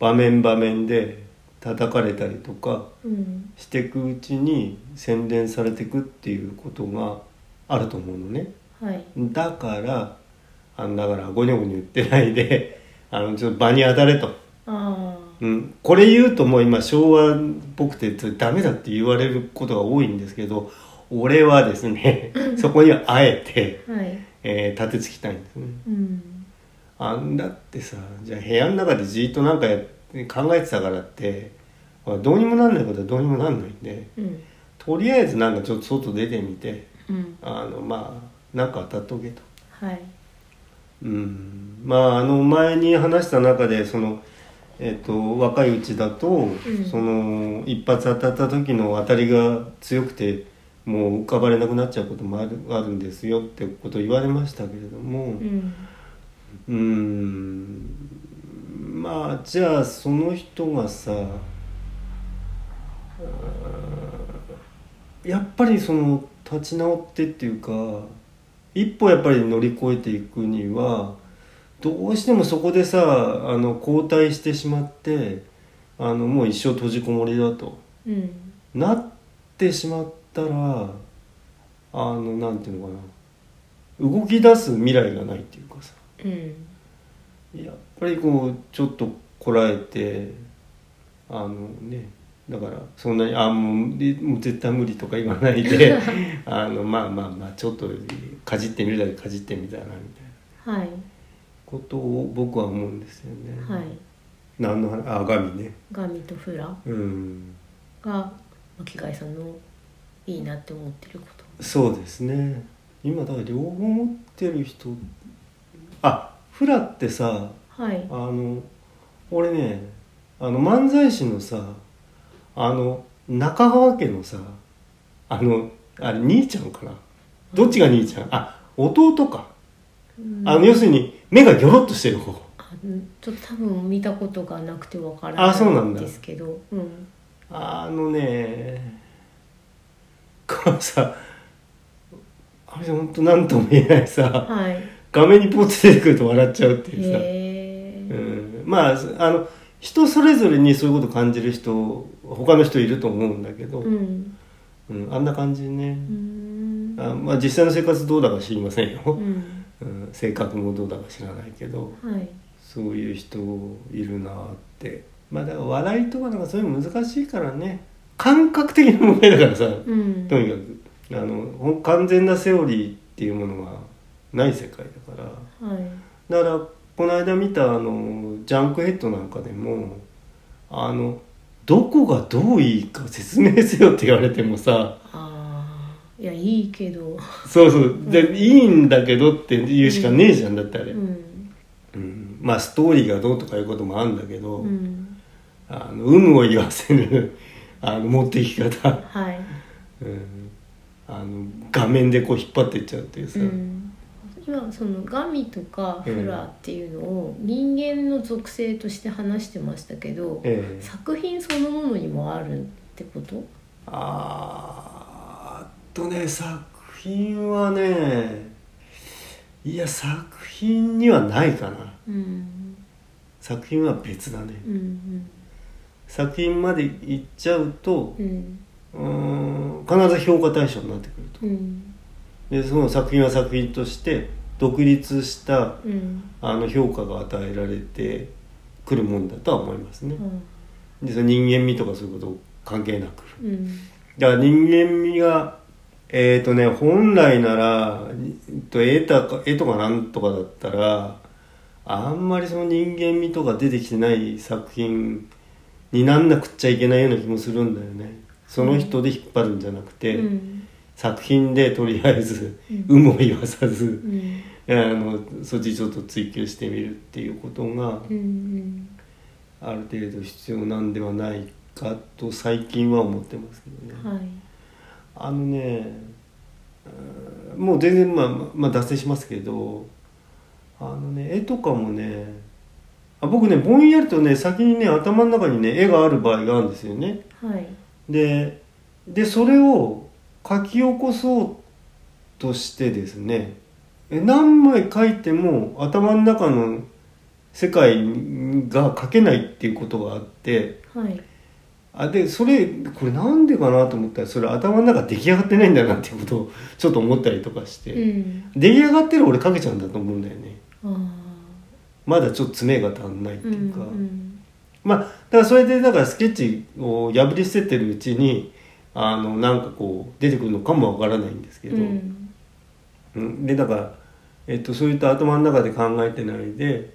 S1: 場面場面で叩かれたりとか
S2: うん
S1: していくうちに洗練されていくっていうことがあると思うのね
S2: はい
S1: だからあのだからゴニョゴニョ言ってないで あのちょっと場に当たれと、
S2: あ
S1: うん、これ言うともう今昭和っぽくてダメだって言われることが多いんですけど俺はですねそこにはあえて。
S2: あはい
S1: えー立てつきたいんですね
S2: うん
S1: あんだってさじゃあ部屋の中でじーっとなんかやって考えてたからってほらどうにもなんないことはどうにもなんないんで
S2: うん
S1: とりあえずなんかちょっと外出てみて
S2: うん
S1: あのまあなんか当たっとけと
S2: はい
S1: うんまああの前に話した中でそのえっと若いうちだと、その一発当たった時の当たりが強くてもう浮かばれなくなっちゃうこともあるあるんですよってことを言われましたけれども、
S2: うん
S1: うーんまあじゃあその人がさうーんやっぱりその立ち直ってっていうか一歩やっぱり乗り越えていくにはどうしてもそこでさあの後退してしまってあのもう一生閉じこもりだと
S2: うん
S1: なってしまったらあのなんていうのかな動き出す未来がないっていうかさ
S2: うん
S1: やっぱりこうちょっとこらえてあのねだからそんなに「あもうでもう絶対無理」とか言わない であのまあまあまあちょっとかじってみるだけかじってみたらみたいな
S2: はい
S1: ことを僕は思うんですよね。
S2: はい
S1: 何の話あガミね。
S2: ガミとフラ
S1: うん
S2: が巻貝さんのいいなって思ってること
S1: そうですね今だから両方持ってる人あフラってさ
S2: はい
S1: あの俺ねあの漫才師のさあの中川家のさあのあれ兄ちゃんかなどっちが兄ちゃんあ弟か
S2: うん
S1: あの要するに目がギョロッとしてる方
S2: あうんちょっと多分見たことがなくてわから
S1: あそうな
S2: なんいん
S1: だ
S2: ですけどうん
S1: あのねこのさあれほんと何とも言えないさ
S2: はい
S1: 画面にポッて出てくると笑っちゃうっていうさ
S2: へ
S1: う
S2: え
S1: んまああの人それぞれにそういうこと感じる人他の人いると思うんだけど、
S2: うん
S1: うん、あんな感じね
S2: う、ん
S1: あまあ、実際の生活どうだか知りませんよ、
S2: うん
S1: うん、性格もどうだか知らないけど
S2: はい
S1: そういう人いるなってまあだから笑いとかなんかそういうの難しいからね感覚的な問題だからさ、
S2: うん
S1: とにかくあのほん完全なセオリーっていうものがない世界だから。
S2: はい
S1: だからこの間見たあのジャンクヘッドなんかでもあのどこがどういいか説明せよって言われてもさ
S2: ああいやいいけど
S1: そうそうでいいんだけどって言うしかねえじゃんだってあれ、
S2: う
S1: うん
S2: ん
S1: まあストーリーがどうとかいうこともあるんだけど、
S2: うん
S1: あの有無を言わせる あの持っていき方、
S2: はい
S1: うん、あの画面でこう引っ張ってっちゃうっていうさ、
S2: うん今そのガミとかフラっていうのを人間の属性として話してましたけど、
S1: ええ
S2: 作品そのものにもあるってこと
S1: あーっとね作品はねいや作品にはないかな
S2: うん
S1: 作品は別だね
S2: うん
S1: 作品まで行っちゃうと
S2: うんうん
S1: うーん必ず評価対象になってくると
S2: うん
S1: でその作品は作品として独立した
S2: うん
S1: あの評価が与えられて来るもんだとは思いますね
S2: う。ん
S1: でその人間味とかそういうこと関係なく。
S2: うん
S1: だから人間味がえっ、とね本来なら、えっと、絵とか絵とかなんとかだったらあんまりその人間味とか出てきてない作品になんなくっちゃいけないような気もするんだよね。その人で引っ張るんじゃなく
S2: う
S1: て、
S2: ん
S1: 作品でとりあえず
S2: う
S1: 有 無を言わさず、
S2: うん
S1: あのそっちちょっと追求してみるっていうことが
S2: うん
S1: ある程度必要なんではないかと最近は思ってますけどね。
S2: はい
S1: あのねうんもう全然まあ、ままあ、脱線しますけどあのね絵とかもねあ僕ねぼんやりとね先にね頭の中にね絵がある場合があるんですよね。
S2: はい
S1: ででそれを書き起こそうとしてですねえ何枚書いても頭の中の世界が書けないっていうことがあって
S2: はい
S1: あでそれこれなんでかなと思ったらそれ頭の中出来上がってないんだなっていうことをちょっと思ったりとかして、
S2: うん
S1: 出来上がってる俺書けちゃうんだと思うんだよね
S2: あ
S1: まだちょっと詰めが足んないっ
S2: ー
S1: て
S2: うん
S1: いうか、
S2: うん
S1: まあだからそれでだからスケッチを破り捨ててるうちにあのなんかこう出てくるのかもわからないんですけど、
S2: うん
S1: うんでだから、えっと、そういった頭の中で考えてないで、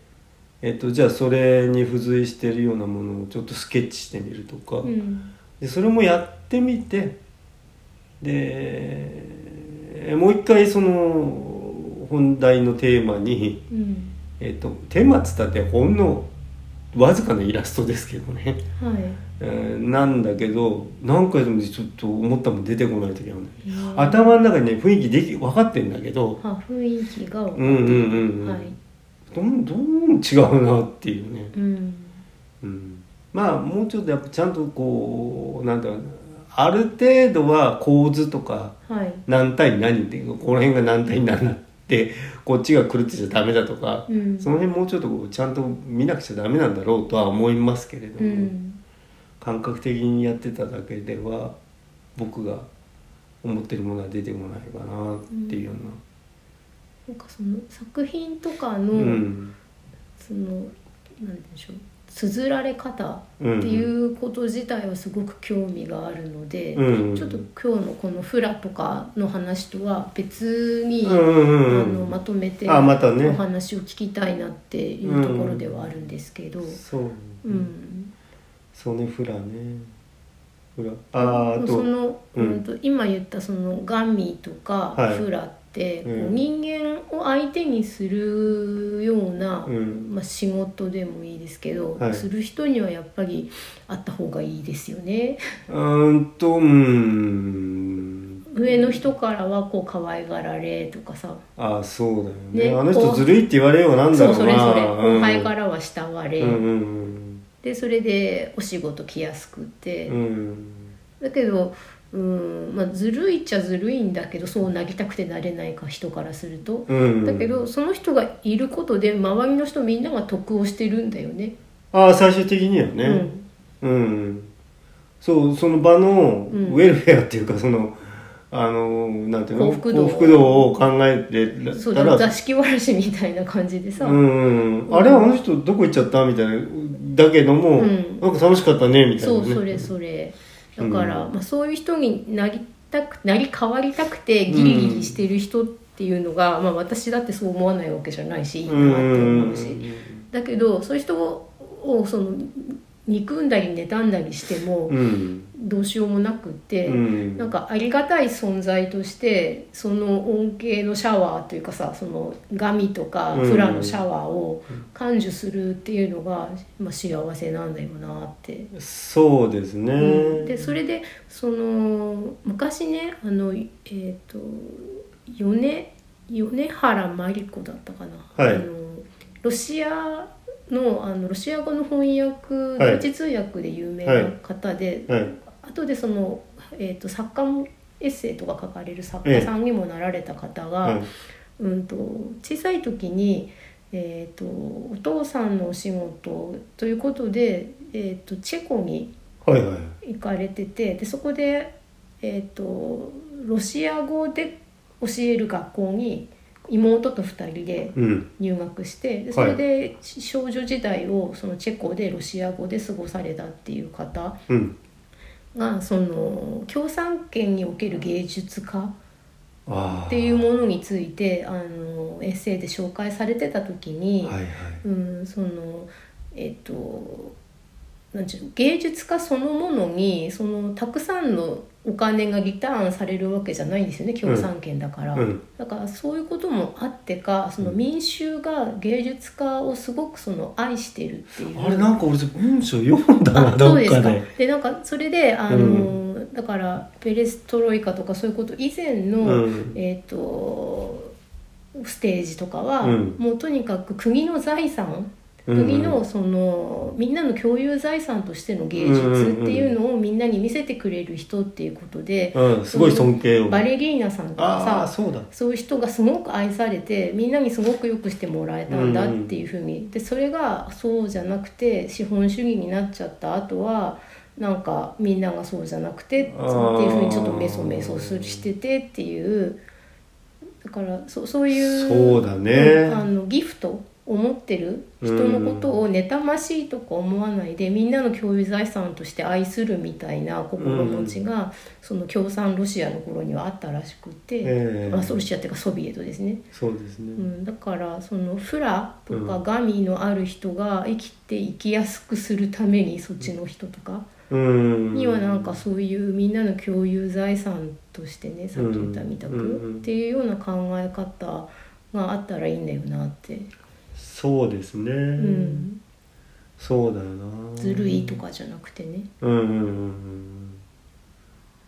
S1: えっと、じゃあそれに付随してるようなものをちょっとスケッチしてみるとか、
S2: うん
S1: でそれもやってみてでえもう一回その本題のテーマに、
S2: うん
S1: えっと、テーマっつったってほんのわずかなイラストですけどね。
S2: はい
S1: えーなんだけど何回でもちょっと思ったもん出てこない時あるんだよ
S2: うん
S1: 頭の中にね雰囲気でき分かってんだけど
S2: あ雰囲気が
S1: うんうんうんうん、
S2: はい
S1: どんどん違うなっていうね、
S2: うん
S1: うん、まあもうちょっとやっぱちゃんとこうなんだろうなある程度は構図とか
S2: はい
S1: 何対何っていうかこの辺が何対何だって こっちが狂ってちゃダメだとか、
S2: うん
S1: その辺もうちょっとこうちゃんと見なくちゃダメなんだろうとは思いますけれど
S2: う
S1: も。
S2: ん
S1: 感覚的にやってただけでは僕が思ってるものは出てこないかなっていうよ
S2: なんかその作品とか
S1: う
S2: の、
S1: なうん
S2: そのなんでしょう綴られ方
S1: う
S2: ってい
S1: ん
S2: うこと自体はすごく興味があるので、
S1: うん
S2: ちょっと今日のこの「フラ」とかの話とは別に、
S1: うんうんう
S2: あ
S1: ん
S2: のまとめて
S1: あまたね
S2: お話を聞きたいなっていうところではあるんですけど、
S1: そう
S2: うん
S1: そうねフラねフラあーあ
S2: そ
S1: と
S2: の、
S1: うん
S2: うんと今言ったそのガミとか
S1: はい
S2: フラって、こう
S1: うん
S2: 人間を相手にするような、
S1: うん
S2: まあ、仕事でもいいですけど、
S1: はい
S2: する人にはやっぱりあった方がいいですよね。
S1: うーんとうーん
S2: 上の人からはこう可愛がられとかさ、
S1: あーそうだよね
S2: ね
S1: あの
S2: こ
S1: 人
S2: う
S1: ずるいって言われようがなんだ
S2: そ
S1: ろ
S2: う
S1: うな
S2: それそれ
S1: うん
S2: 後輩からは慕われ、
S1: うんうん
S2: でそれでお仕事来やすくて、
S1: うんうん
S2: だけどうん、まあ、ずるいっちゃずるいんだけどそうなりたくてなれないか人からすると。
S1: うん
S2: だけどその人がいることで周りの人みんなが得をしてるんだよね。
S1: ああ最終的にはね、
S2: うん
S1: うん、そうその場のウ
S2: うん
S1: ェルフェアっていうか、そのあのなんていうの
S2: 幸福度
S1: 度を考え
S2: そ
S1: てた
S2: うだ座
S1: ら
S2: 敷わらしみたいな感じでさ、
S1: うん、あれあの人どこ行っちゃったみたいなだけども、
S2: うん
S1: なんか楽しかったねみたいな、
S2: そ
S1: ね、
S2: うそれそれだから、
S1: うん
S2: まあ、そういう人になりたくなり変わりたくてギリギリしてる人っていうのが、まあ、私だってそう思わないわけじゃないしいいな
S1: う
S2: って
S1: ん
S2: 思うし、だけどそういう人ををその憎んだり妬んだりしても、
S1: うん
S2: どうしようもなくって、
S1: うん
S2: なんかありがたい存在としてその恩恵のシャワーというかさそのガミとか
S1: うん
S2: フラのシャワーを感受するっていうのが、まあ、幸せなんだよなって
S1: そうですね、
S2: うんでそれでその昔ねあのえっ、と米米原真理子だったかな、
S1: はい
S2: あのロシアのあのロシア語の翻訳
S1: はい
S2: 同時通訳で有名な方で、
S1: はい
S2: 後でその、えー、と作家もエッセイとか書かれる作家さんにもなられた方が、
S1: はい
S2: うん、と小さい時に、えー、とお父さんのお仕事ということで、えー、とチェコに
S1: はいはい
S2: 行かれててでそこで、えー、とロシア語で教える学校に妹と2人で
S1: うん
S2: 入学してで
S1: い
S2: それで少女時代をそのチェコでロシア語で過ごされたっていう方
S1: うん
S2: がその共産圏における芸術家
S1: ああ
S2: っていうものについてあのエッセイで紹介されてた時に、
S1: はいはい
S2: うん、そのえっとなんていうの芸術家そのものにそのたくさんのお金がリターンされるわけじゃないんですよね共産権だから、
S1: うん
S2: だからそういうこともあってかその民衆が芸術家をすごくその愛してるっていう
S1: あれなんか俺文章読んだな
S2: あ
S1: ど
S2: そう
S1: っ
S2: です
S1: か
S2: か
S1: で
S2: でなんかそれであの、
S1: う
S2: だからペレストロイカとかそういうこと以前の、
S1: うん
S2: えっ、とステージとかは、
S1: うん
S2: もうとにかく国の財産
S1: うんうん
S2: 国のそのみんなの共有財産としての芸術っていうのをみんなに見せてくれる人っていうことで、
S1: うんすごい尊敬を
S2: バレリーナさんとか
S1: ああ
S2: さ
S1: そうだ
S2: そういう人がすごく愛されてみんなにすごくよくしてもらえたんだっていうふうに、でそれがそうじゃなくて資本主義になっちゃった後はなんかみんながそうじゃなくてっていう
S1: あー
S2: ふうにちょっとメソメソするしててっていうだからそそういう
S1: そうだね
S2: うんあのギフトを持ってる人のことを妬ましいとか思わないで、みんなの共有財産として愛するみたいな心持ちが、その共産ロシアの頃にはあったらしくて。
S1: ええ
S2: まあ、ロシアっていうかソビエトですね、
S1: そうですね、
S2: うん、だからそのフラとかガミのある人が生きて生きやすくするためにそっちの人とか
S1: うん
S2: にはなんかそういうみんなの共有財産としてねさっき言ったみた
S1: うん
S2: くっていうような考え方があったらいいんだよなって、
S1: そうですね、
S2: うん、
S1: そうだよな
S2: ずるいとかじゃなくてね。
S1: うんうんうんう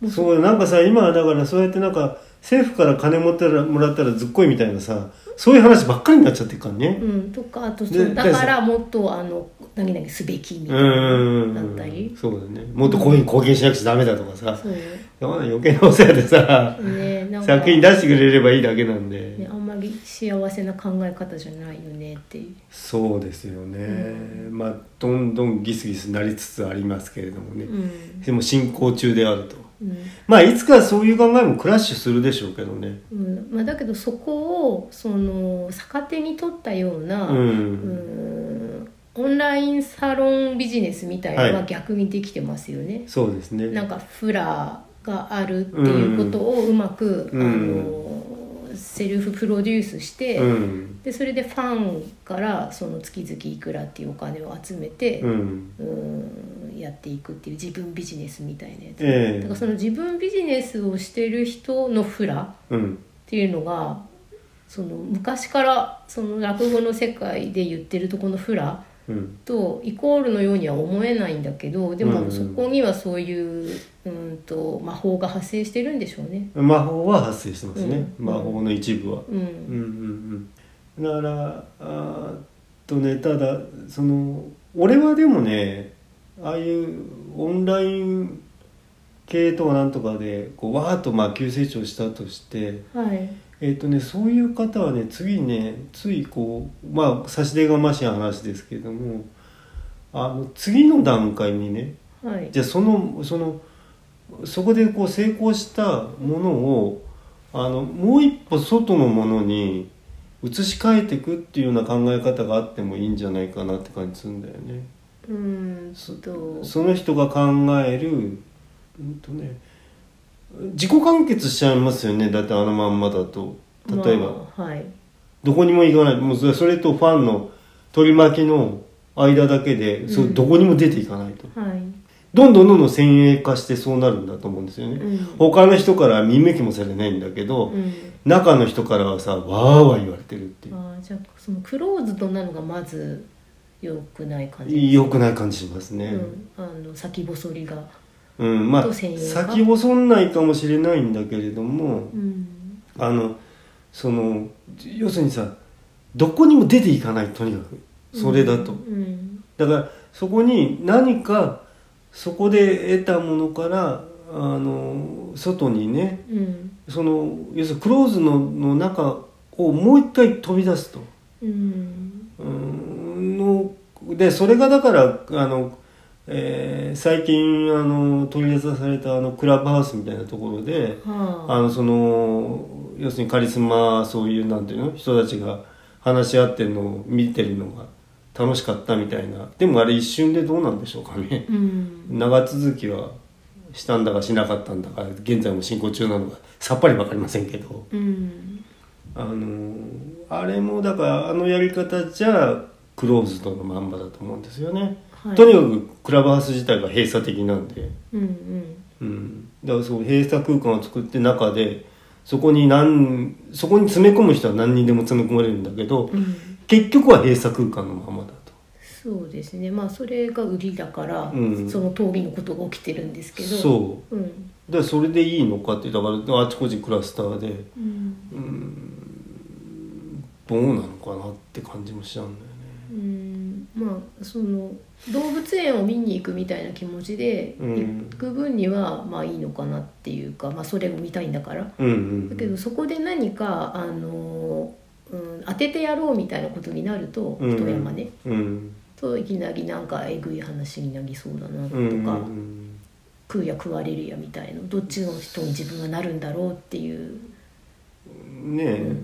S2: も
S1: ん
S2: う
S1: そうなんかさ今はだからそうやってなんか政府から金持ったらもらったらずっこいみたいなさそういう話ばっかりになっちゃってるからね、
S2: うん、とかあとそ
S1: で
S2: うだからもっとあの何々すべきみ
S1: う
S2: たい
S1: んうんうん
S2: なだったり
S1: そうだねもっとこういうふうに貢献しなくちゃダメだとかさ、
S2: そう
S1: そんな余計なお世話でさ、
S2: ねなんか
S1: 作品出してくれればいいだけなんで、
S2: ね、あんまり幸せな考え方じゃないよねっていう
S1: そうですよね、まあどんどんギスギスなりつつありますけれどもね、
S2: うん
S1: でも進行中であると
S2: うん
S1: まあいつかそういう考えもクラッシュするでしょうけどね
S2: うんまあ、だけどそこをその逆手に取ったような、
S1: う、
S2: うんんオンラインサロンビジネスみたいなの
S1: は
S2: はい逆にできてますよね。
S1: そうですね
S2: なんかフラがあるっていうことをうまく、
S1: うん
S2: あのセルフプロデュースして、
S1: うん
S2: でそれでファンからその月々いくらっていうお金を集めて、
S1: うん
S2: うんやっていくっていう自分ビジネスみたいなやつ、
S1: ええ
S2: だからその自分ビジネスをしてる人のフラっ
S1: うん
S2: ていうのがその昔からその落語の世界で言ってるとこのフラ
S1: うん
S2: とイコールのようには思えないんだけどで
S1: う
S2: も
S1: ん
S2: そこにはそういううんと魔法が発生してるんでしょうね。
S1: 魔法は発生してますね、
S2: うん
S1: 魔法の一部は、
S2: う
S1: うん
S2: ん
S1: うんうんだからあーっとねただその俺はでもねああいうオンライン系とかなんとかでこうわーっとまあ急成長したとして
S2: はい
S1: えっ、とねそういう方はね次ねついこうまあ差し出がましい話ですけどもあの次の段階にね
S2: はい
S1: じゃあそのそのそこでこう成功したものをあのもう一歩外のものに移し替えていくっていうような考え方があってもいいんじゃないかなって感じするんだよね。
S2: うん
S1: そ
S2: と
S1: その人が考えるうんとね自己完結しちゃいますよねだってあのまんまだと例えば、
S2: まあはい
S1: どこにも行かないもうそれそれとファンの取り巻きの間だけで、そううんどこにも出ていかないと。
S2: はい
S1: どんどんどんどん先鋭化してそうなるんだと思うんですよね、
S2: うん
S1: 他の人からは見向きもされないんだけど、
S2: うん
S1: 中の人からはさわーわー言われてるっていう、
S2: あーじゃあそのクローズドなのがまず良くない感じ
S1: 良くない感じしますね
S2: うん、あの先細りが、
S1: うん、まあ
S2: どう先鋭化
S1: 先細んないかもしれないんだけれども
S2: うん、
S1: あのその要するにさどこにも出ていかないとにかくそれだと、
S2: うん
S1: だからそこに何かそこで得たものからあの外にね
S2: うん
S1: その要するにクローズのの中をもう一回飛び出すと。
S2: うん
S1: うーんのでそれがだからあのえー最近あの取り沙汰されたあのクラブハウスみたいなところであ
S2: は
S1: のその要するにカリスマそういうなんていうの人たちが話し合ってるのを見てるのが楽しかったみたいなでもあれ一瞬でどうなんでしょうかね
S2: あ、うん、
S1: 長続きはしたんだかしなかったんだか現在も進行中なのかさっぱり分かりませんけど
S2: うん、
S1: あのあれもだからあのやり方じゃクローズドのまんまだと思うんですよね、
S2: はい
S1: とにかくクラブハウス自体が閉鎖的なんで、
S2: うんうん
S1: うん、だからそう閉鎖空間を作って中でそこに何そこに詰め込む人は何人でも詰め込まれるんだけど、
S2: うん
S1: 結局は閉鎖空間のままだと。
S2: そうですねまあそれが売りだから、
S1: うん
S2: その通りのことが起きてるんですけど、
S1: そう
S2: うん
S1: だからそれでいいのかってだからあちこちクラスターで
S2: うん
S1: どうなのかなって感じもしちゃうんだよね。
S2: うん、まあその動物園を見に行くみたいな気持ちで
S1: うん
S2: 行く分にはまあいいのかなっていうか、まあ、それを見たいんだから
S1: うんうん、
S2: だけどそこで何かあの、うん、当ててやろうみたいなことになると
S1: うん
S2: 富山ね、
S1: うん
S2: といきなりなんかえぐい話になりそうだなとか、
S1: うんうん
S2: 食うや食われるやみたいなどっちの人に自分がなるんだろうっていう
S1: ねえ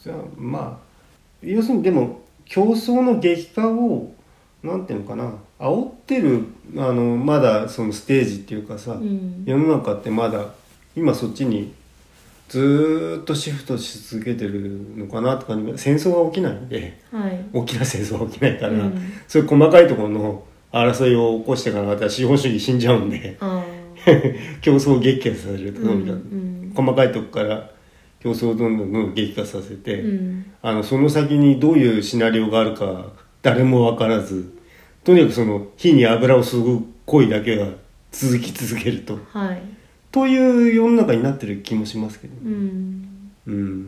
S1: じゃあまあ要するにでも競争の激化をなんていうのかな煽ってるあのまだそのステージっていうかさ、
S2: うん
S1: 世の中ってまだ今そっちにずーっとシフトし続けてるのかなとか戦争が起きないんで
S2: はい
S1: 大きな戦争が起きないから、
S2: うん
S1: そういう細かいところの争いを起こしていかなかったら資本主義死んじゃうんで
S2: あ
S1: 競争を激化させるとどんどん
S2: うん
S1: 細かいとこから競争をどんどんどんどん激化させ て、
S2: ーうん
S1: あのその先にどういうシナリオがあるか誰も分からずとにかくその火に油を注ぐ行為だけが続き続けると。
S2: はい
S1: という世の中になってる気もしますけど、
S2: うん
S1: うん、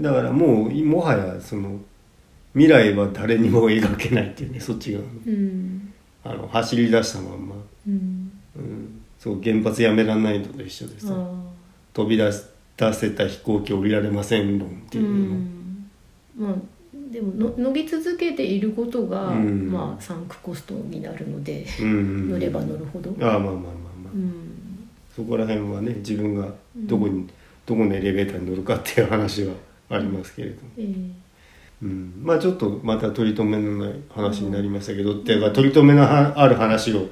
S1: だからもうもはやその未来は誰にも描けないっていうねそっちが
S2: うん
S1: あの走り出したまんま、
S2: うん
S1: うん、そう原発やめらんないのと一緒で
S2: あ
S1: さ、
S2: ー
S1: 飛び出し出せた飛行機降りられません論って
S2: う
S1: いうのも、
S2: んまあでもの乗り続けていることが、
S1: うん
S2: まあサンクコストになるので、
S1: うん
S2: 乗れば乗るほど、
S1: ああまあまあまあまあ、
S2: うん
S1: そこら辺はね自分がどこに、どこのエレベーターに乗るかっていう話はありますけれども。
S2: ええ
S1: うん、まあちょっとまた取り留めのない話になりましたけど、っていうか取り留めのはある話を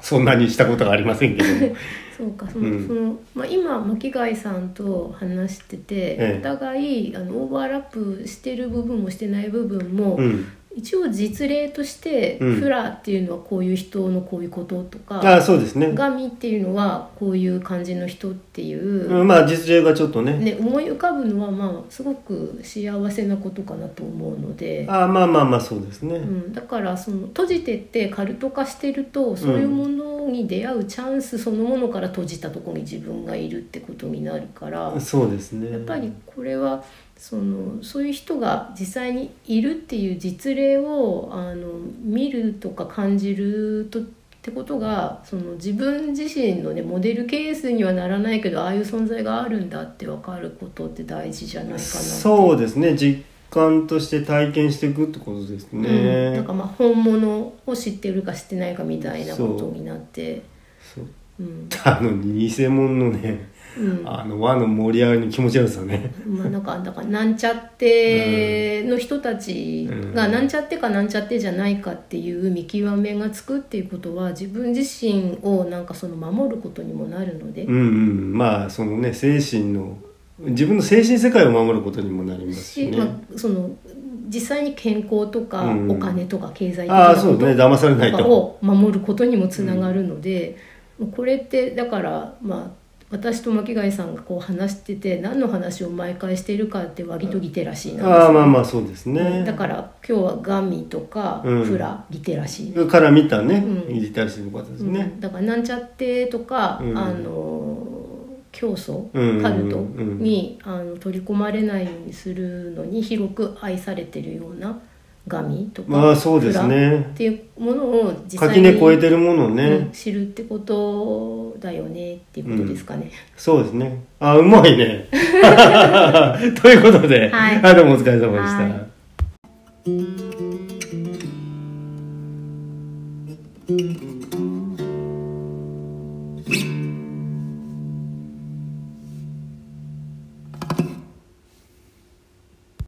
S1: そんなにしたことがありませんけど も
S2: そうかその、
S1: うん
S2: そのまあ、今巻貝さんと話してて、
S1: ええ
S2: お互いあのオーバーラップしてる部分もしてない部分も、
S1: うん
S2: 一応実例として、
S1: うん
S2: フラっていうのはこういう人のこういうことと
S1: あ
S2: か
S1: あそうですね、
S2: ガミっていうのはこういう感じの人っていう、
S1: うん、まあ実例がちょっとね
S2: ね、思い浮かぶのはまあすごく幸せなことかなと思うので。
S1: ああまあまあまあそうですね、
S2: うん、だからその閉じてってカルト化してるとそういうものに出会うチャンスそのものから閉じたとこに自分がいるってことになるから
S1: そうですね
S2: やっぱりこれはそのそういう人が実際にいるっていう実例をあの見るとか感じるとってことがその自分自身のねモデルケースにはならないけどああいう存在があるんだって分かることって大事じゃないかな
S1: そうですね実感として体験していくってことですね、
S2: うん、なんかまあ本物を知ってるか知ってないかみたいなことになって
S1: そう
S2: うん、
S1: あの偽物のね
S2: うん、
S1: あの輪の盛り上がりの気持ち悪さね
S2: まあなんかだからなんちゃっての人たちが
S1: うん
S2: なんちゃってかなんちゃってじゃないかっていう見極めがつくっていうことは自分自身をなんかその守ることにもなるので
S1: うんうんまあそのね精神の自分の精神世界を守ることにもなりますし
S2: し、
S1: ね、
S2: まあ、その実際に健康とか
S1: うん
S2: お金とか経済的
S1: あ
S2: な
S1: あそうですね騙されない
S2: とか
S1: と、
S2: を守ることにもつながるので、これってだからまあ私と巻貝さんがこう話してて何の話を毎回しているかって割とリテラシーなんですよ
S1: ああまあまあそうですね、
S2: だから今日はガミとか
S1: うん
S2: フラ、リテラシー、
S1: らから見たね、
S2: うん
S1: いじったりする方です
S2: う
S1: ね
S2: ん、だからなんちゃってとか、
S1: うん
S2: あの競争
S1: うん
S2: カルトに、あの取り込まれないようにするのに広く愛されてるようなガミとか、
S1: まあそうですね
S2: フラっていうものを実際
S1: 垣
S2: に、
S1: 根越えてるものをね、
S2: うん知るってことだよねっていうことですかね、
S1: そうですねああうまいね ということで、
S2: はい
S1: あどうもお疲れ様でした、
S2: はい